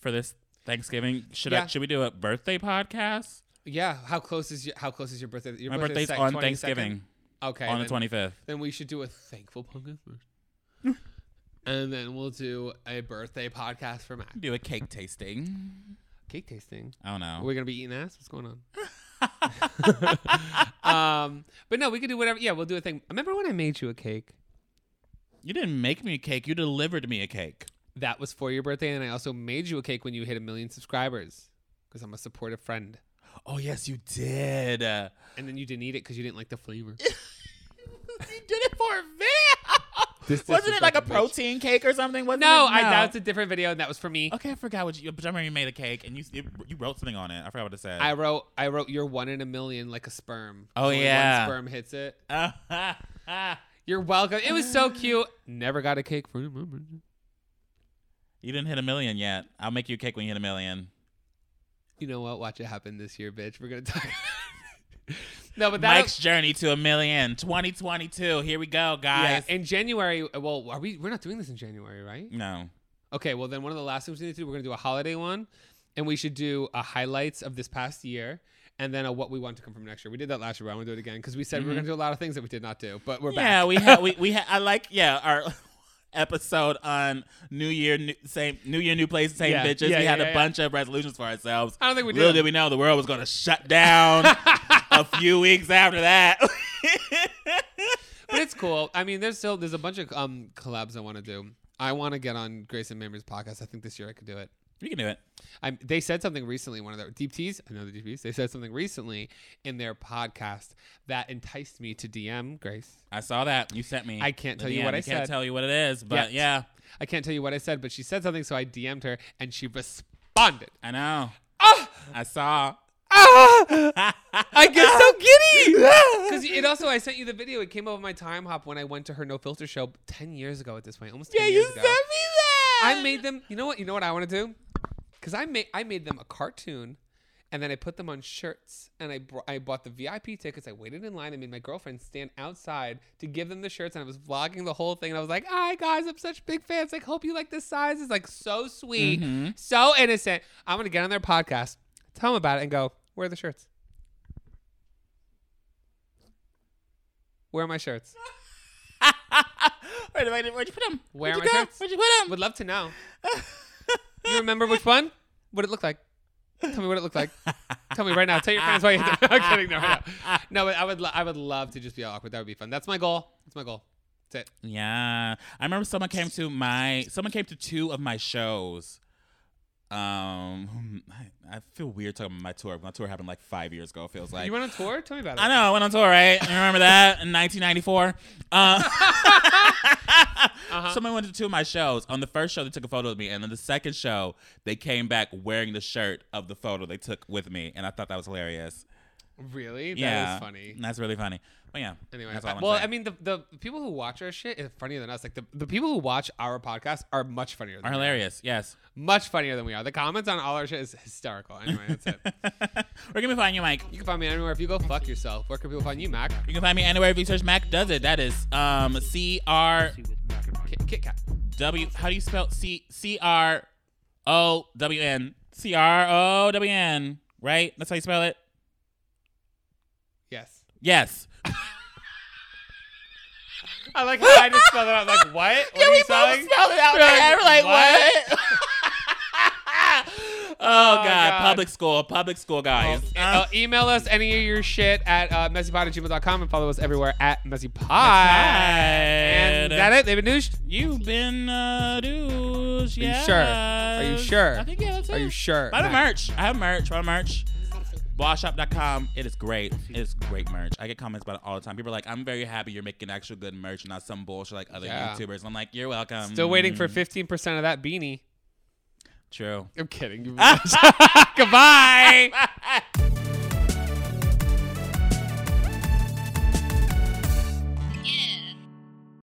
Speaker 1: For this Thanksgiving, should I,
Speaker 2: Yeah.
Speaker 1: should we do a birthday podcast?
Speaker 2: Yeah. How close is your How close is your birthday? Your
Speaker 1: My
Speaker 2: birthday's
Speaker 1: birthday's
Speaker 2: sec-
Speaker 1: on
Speaker 2: 22nd?
Speaker 1: Thanksgiving,
Speaker 2: Okay.
Speaker 1: on the
Speaker 2: then-
Speaker 1: twenty fifth.
Speaker 2: Then we should do a thankful podcast first. and then we'll do a birthday podcast for Mac.
Speaker 1: Do a cake tasting.
Speaker 2: Cake tasting.
Speaker 1: I don't know.
Speaker 2: Are we gonna be eating ass? What's going on? um, but no, we could do whatever. Yeah, we'll do a thing. Remember when I made you a cake?
Speaker 1: You didn't make me a cake. You delivered me a cake.
Speaker 2: That was for your birthday, and I also made you a cake when you hit a million subscribers because I'm a supportive friend.
Speaker 1: Oh yes, you did. Uh,
Speaker 2: And then you didn't eat it because you didn't like the flavor.
Speaker 1: you did it for a video.
Speaker 2: This
Speaker 1: Wasn't it like a
Speaker 2: disrespectful bitch.
Speaker 1: protein cake or something? Wasn't
Speaker 2: no,
Speaker 1: it?
Speaker 2: I that's a different video, and that was for me.
Speaker 1: Okay, I forgot what you. But I remember you made a cake and you you- you wrote something on it. I forgot what it said.
Speaker 2: I wrote, I wrote, you're one in a million, like a sperm.
Speaker 1: Oh,
Speaker 2: Only one
Speaker 1: yeah.
Speaker 2: sperm hits it.
Speaker 1: I.
Speaker 2: You're welcome. It was so cute. Never got a cake for you.
Speaker 1: you didn't hit a million yet. I'll make you a cake when you hit a million.
Speaker 2: You know what? Watch it happen this year, bitch. We're gonna talk. no, but that.
Speaker 1: Mike's journey to a million, 2022. Here we go,
Speaker 2: Yeah,
Speaker 1: guys.
Speaker 2: in January. Well, are we? We're not doing this in January, right?
Speaker 1: no.
Speaker 2: Okay. Well, then one of the last things we need to do, we're gonna do a holiday one, and we should do a highlights of this past year, and then a what we want to come from next year. We did that last year. but I want to do it again because we said we were gonna do a lot of things that we did not do, but we're
Speaker 1: Mm-hmm. Yeah,
Speaker 2: back.
Speaker 1: we had we we ha- I like yeah our episode on New Year, new, same New Year, new place, same
Speaker 2: Yeah,
Speaker 1: bitches.
Speaker 2: yeah,
Speaker 1: we had
Speaker 2: yeah,
Speaker 1: a
Speaker 2: yeah.
Speaker 1: bunch of resolutions for ourselves.
Speaker 2: I don't think we
Speaker 1: Little
Speaker 2: did.
Speaker 1: did we know the world was going to shut down a few weeks after that.
Speaker 2: but it's cool. I mean, there's still there's a bunch of um collabs I want to do. I want to get on Grace and Memories podcast. I think this year I could do it.
Speaker 1: we can do it.
Speaker 2: i they said something recently. One of their deep teas, another deep teas. They said something recently in their podcast that enticed me to DM Grace.
Speaker 1: I saw that you sent me.
Speaker 2: I can't
Speaker 1: the
Speaker 2: tell you
Speaker 1: DM.
Speaker 2: what I
Speaker 1: can't
Speaker 2: said.
Speaker 1: tell you what it is, but
Speaker 2: Yet.
Speaker 1: yeah,
Speaker 2: I can't tell you what I said, but she said something, so I DM'd her, and she responded.
Speaker 1: I know.
Speaker 2: Ah,
Speaker 1: I saw.
Speaker 2: ah, I get so giddy because it also I sent you the video. It came over my time hop when I went to her No Filter show ten years ago at this point, almost. 10
Speaker 1: yeah, you
Speaker 2: years
Speaker 1: sent me
Speaker 2: ago.
Speaker 1: that.
Speaker 2: I made them. You know what? You know what I want to do? Because I made I made them a cartoon, and then I put them on shirts, and I br- I bought the VIP tickets. I waited in line. I made my girlfriend stand outside to give them the shirts, and I was vlogging the whole thing. And I was like, "Hi guys, I'm such big fans. Like, hope you like this size. It's like so sweet, so innocent. I'm gonna get on their podcast, tell them about it, and go, where are the shirts? Where are my shirts?
Speaker 1: Where did I- where'd you put them?
Speaker 2: Where
Speaker 1: where'd
Speaker 2: are my
Speaker 1: you go?
Speaker 2: shirts?
Speaker 1: Where'd you put them?
Speaker 2: Would love to know. you remember which one? What it looked like? Tell me what it looked like. Tell me right now. Tell your friends why you hate them. I'm kidding. No, right now. no but I would. Lo- I would love to just be awkward. That would be fun. That's my goal. That's my goal. That's it.
Speaker 1: Yeah, I remember someone came to my someone came to two of my shows. Um, I, I feel weird talking about my tour. My tour happened like five years ago. It feels like
Speaker 2: you went on tour? Tell me about it.
Speaker 1: I know I went on tour, right? You remember that in 1994? Uh,
Speaker 2: Uh-huh.
Speaker 1: Someone went to two of my shows. On the first show, they took a photo of me, and then the second show, they came back wearing the shirt of the photo they took with me, and I thought that was hilarious.
Speaker 2: Really? That is
Speaker 1: yeah,
Speaker 2: funny.
Speaker 1: That's really funny. But yeah,
Speaker 2: Anyway,
Speaker 1: that's
Speaker 2: I-
Speaker 1: all I'm
Speaker 2: well,
Speaker 1: saying.
Speaker 2: I mean, the, the people who watch our shit is funnier than us. Like the, the people who watch our podcast are much funnier. Than
Speaker 1: are
Speaker 2: we
Speaker 1: hilarious. Yes.
Speaker 2: Much funnier than we are. The comments on all our shit is hysterical. Anyway, that's it.
Speaker 1: Where can we find you, Mike?
Speaker 2: You can find me anywhere if you go fuck yourself. Where can people find you, Mac?
Speaker 1: You can find me anywhere if you search Mac does it. That is um C R
Speaker 2: Kit, Kit Kat.
Speaker 1: W. How do you spell C C R O W N C R O W N? Right? That's how you spell it.
Speaker 2: Yes.
Speaker 1: Yes.
Speaker 2: I like how I just spelled it out. Like, what? What are you spelling?
Speaker 1: it out.
Speaker 2: there.
Speaker 1: We're like,
Speaker 2: What?
Speaker 1: what? oh, God.
Speaker 2: God.
Speaker 1: Public school. Public school, guys.
Speaker 2: Uh,
Speaker 1: Uh,
Speaker 2: uh, email us any of your shit at uh, messypod at gmail.com and follow us everywhere at messypod. And is that it? They've been douched?
Speaker 1: You've been uh, douche.
Speaker 2: you sure? Are you sure?
Speaker 1: I think yeah, that's it.
Speaker 2: Are you sure?
Speaker 1: Buy the
Speaker 2: Mac?
Speaker 1: merch. I have merch. Buy the merch. Washshop.com. It is great. It is great merch. I get comments about it all the time. People are like, "I'm very happy you're making actual good merch and not some bullshit like other
Speaker 2: Yeah.
Speaker 1: YouTubers." I'm like, "You're welcome."
Speaker 2: Still waiting
Speaker 1: Mm.
Speaker 2: for 15% of that beanie.
Speaker 1: True.
Speaker 2: I'm kidding. Goodbye.